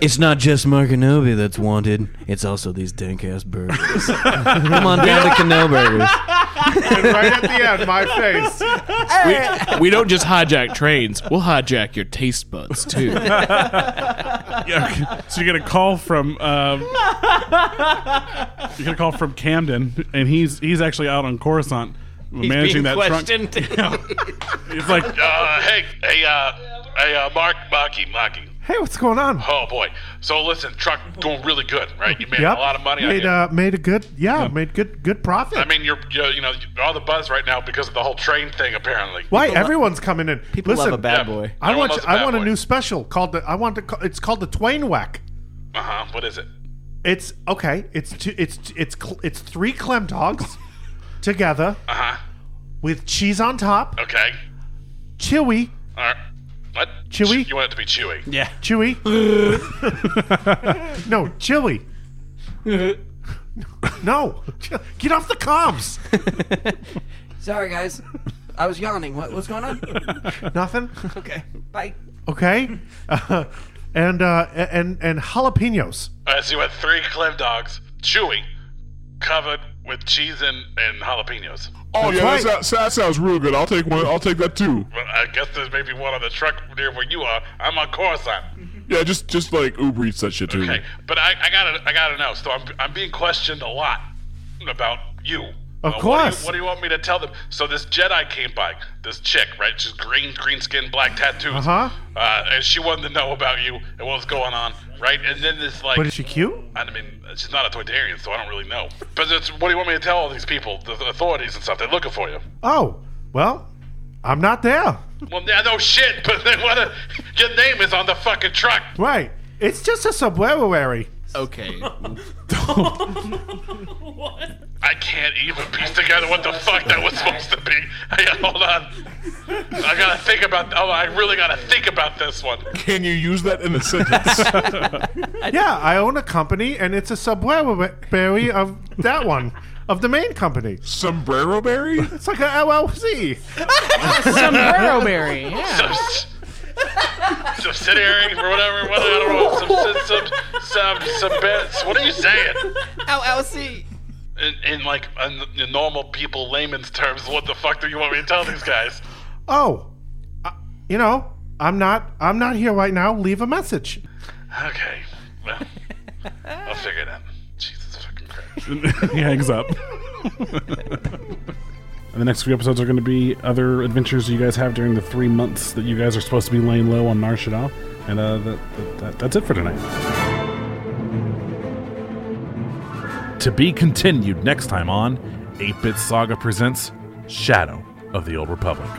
[SPEAKER 22] It's not just Markanobi that's wanted. It's also these dank ass burgers.
[SPEAKER 10] <laughs>
[SPEAKER 22] Come on down to Cano Burgers.
[SPEAKER 4] and right at the end, my face.
[SPEAKER 5] We, we don't just hijack trains; we'll hijack your taste buds too.
[SPEAKER 3] <laughs> Yeah, okay. So you get a call from um, you get a call from Camden, and he's he's actually out on Coruscant managing that trunk. He's like,
[SPEAKER 21] uh, hey, hey, uh, hey, uh, Mark, Marky, Marky.
[SPEAKER 4] Hey, what's going on?
[SPEAKER 21] Oh boy. So listen, truck doing really good, right? You made
[SPEAKER 4] Yep.
[SPEAKER 21] a lot of money. on
[SPEAKER 4] Made
[SPEAKER 21] it.
[SPEAKER 4] uh, made a good yeah, made good good profit.
[SPEAKER 21] I mean, you're, you're you know you're all the buzz right now because of the whole train thing, apparently.
[SPEAKER 4] Why everyone's coming in?
[SPEAKER 21] people love
[SPEAKER 4] Listen,
[SPEAKER 21] a bad Yeah. boy.
[SPEAKER 4] I
[SPEAKER 21] Everyone
[SPEAKER 4] want
[SPEAKER 21] loves a
[SPEAKER 4] I
[SPEAKER 21] bad
[SPEAKER 4] want a
[SPEAKER 21] boy.
[SPEAKER 4] new special called the I want to call, it's called the Twain Whack.
[SPEAKER 21] Uh huh. What is it?
[SPEAKER 4] It's okay. It's two, it's it's cl- it's three clem dogs together
[SPEAKER 21] Uh huh.
[SPEAKER 4] with cheese on top,
[SPEAKER 21] Okay.
[SPEAKER 4] chewy,
[SPEAKER 21] All right. What?
[SPEAKER 4] Chewy?
[SPEAKER 21] You want it to be chewy?
[SPEAKER 4] yeah, chewy. <laughs> no,
[SPEAKER 21] <laughs>
[SPEAKER 4] chili. no, <laughs> get off
[SPEAKER 21] <laughs>
[SPEAKER 4] the comms.
[SPEAKER 12] <laughs> Sorry, guys. I was yawning. What, what's going on?
[SPEAKER 4] Nothing.
[SPEAKER 12] okay. Bye.
[SPEAKER 4] Okay, <laughs> Uh, and uh, and and jalapenos.
[SPEAKER 21] All right. So you had three clem dogs, chewy, covered with cheese and, and jalapenos.
[SPEAKER 23] Oh yeah, that, sounds- that sounds real good. I'll take one. I'll take that too.
[SPEAKER 21] Well, I guess there's maybe one on the truck near where you are. I'm on Coruscant.
[SPEAKER 23] Yeah, just just like Uber eats that shit too.
[SPEAKER 21] Okay, but I, I gotta I gotta know. So I'm I'm being questioned a lot about you. what
[SPEAKER 23] Of
[SPEAKER 21] do you-
[SPEAKER 23] course.
[SPEAKER 21] What do, you, want me to tell them? So this Jedi came by, this chick, right? She's green, green skin, black tattoos.
[SPEAKER 4] Uh-huh.
[SPEAKER 21] Uh, and she wanted to know about you and what was going on, right? And then this like.
[SPEAKER 4] But is she cute?
[SPEAKER 21] I mean, she's not a Toydarian, so I don't really know. But it's, what do you want me to tell all these people, the authorities and stuff? They're looking for you.
[SPEAKER 4] Oh, well, I'm not there.
[SPEAKER 21] Well, yeah, no shit. But they wanna. Your name is on the fucking truck.
[SPEAKER 4] Right. It's just a subway.
[SPEAKER 5] Okay.
[SPEAKER 21] I can't even piece together what the fuck that was supposed to be. I gotta, hold on. I gotta think about. Oh, I really gotta think about this
[SPEAKER 4] <laughs>
[SPEAKER 21] one.
[SPEAKER 23] Can you use that in a sentence?
[SPEAKER 6] <laughs>
[SPEAKER 4] yeah, I own a company, and it's a sombrero berry of that one of the main company.
[SPEAKER 23] Sombrero berry?
[SPEAKER 4] It's like a LLC.
[SPEAKER 6] <laughs> Sombrero berry.
[SPEAKER 21] Some, subsidiary or whatever. What, I don't know. Some, some, some, some, some bits. What are you
[SPEAKER 12] <laughs>
[SPEAKER 21] saying?
[SPEAKER 24] LLC.
[SPEAKER 21] In, in like in, in normal people layman's terms, what the fuck do you want me to tell these guys?
[SPEAKER 4] Oh, uh, you know, I'm not. I'm not here right now. Leave a message.
[SPEAKER 21] Okay. Well, I'll figure it out. Jesus fucking Christ.
[SPEAKER 3] <laughs> he
[SPEAKER 21] <laughs>
[SPEAKER 3] hangs up. <laughs> And the next few episodes are going to be other adventures you guys have during the three months that you guys are supposed to be laying low on Nar Shaddaa. And uh, that, that, that, that's it for tonight. To be continued next time on 8 Bit Saga presents Shadow of the Old Republic.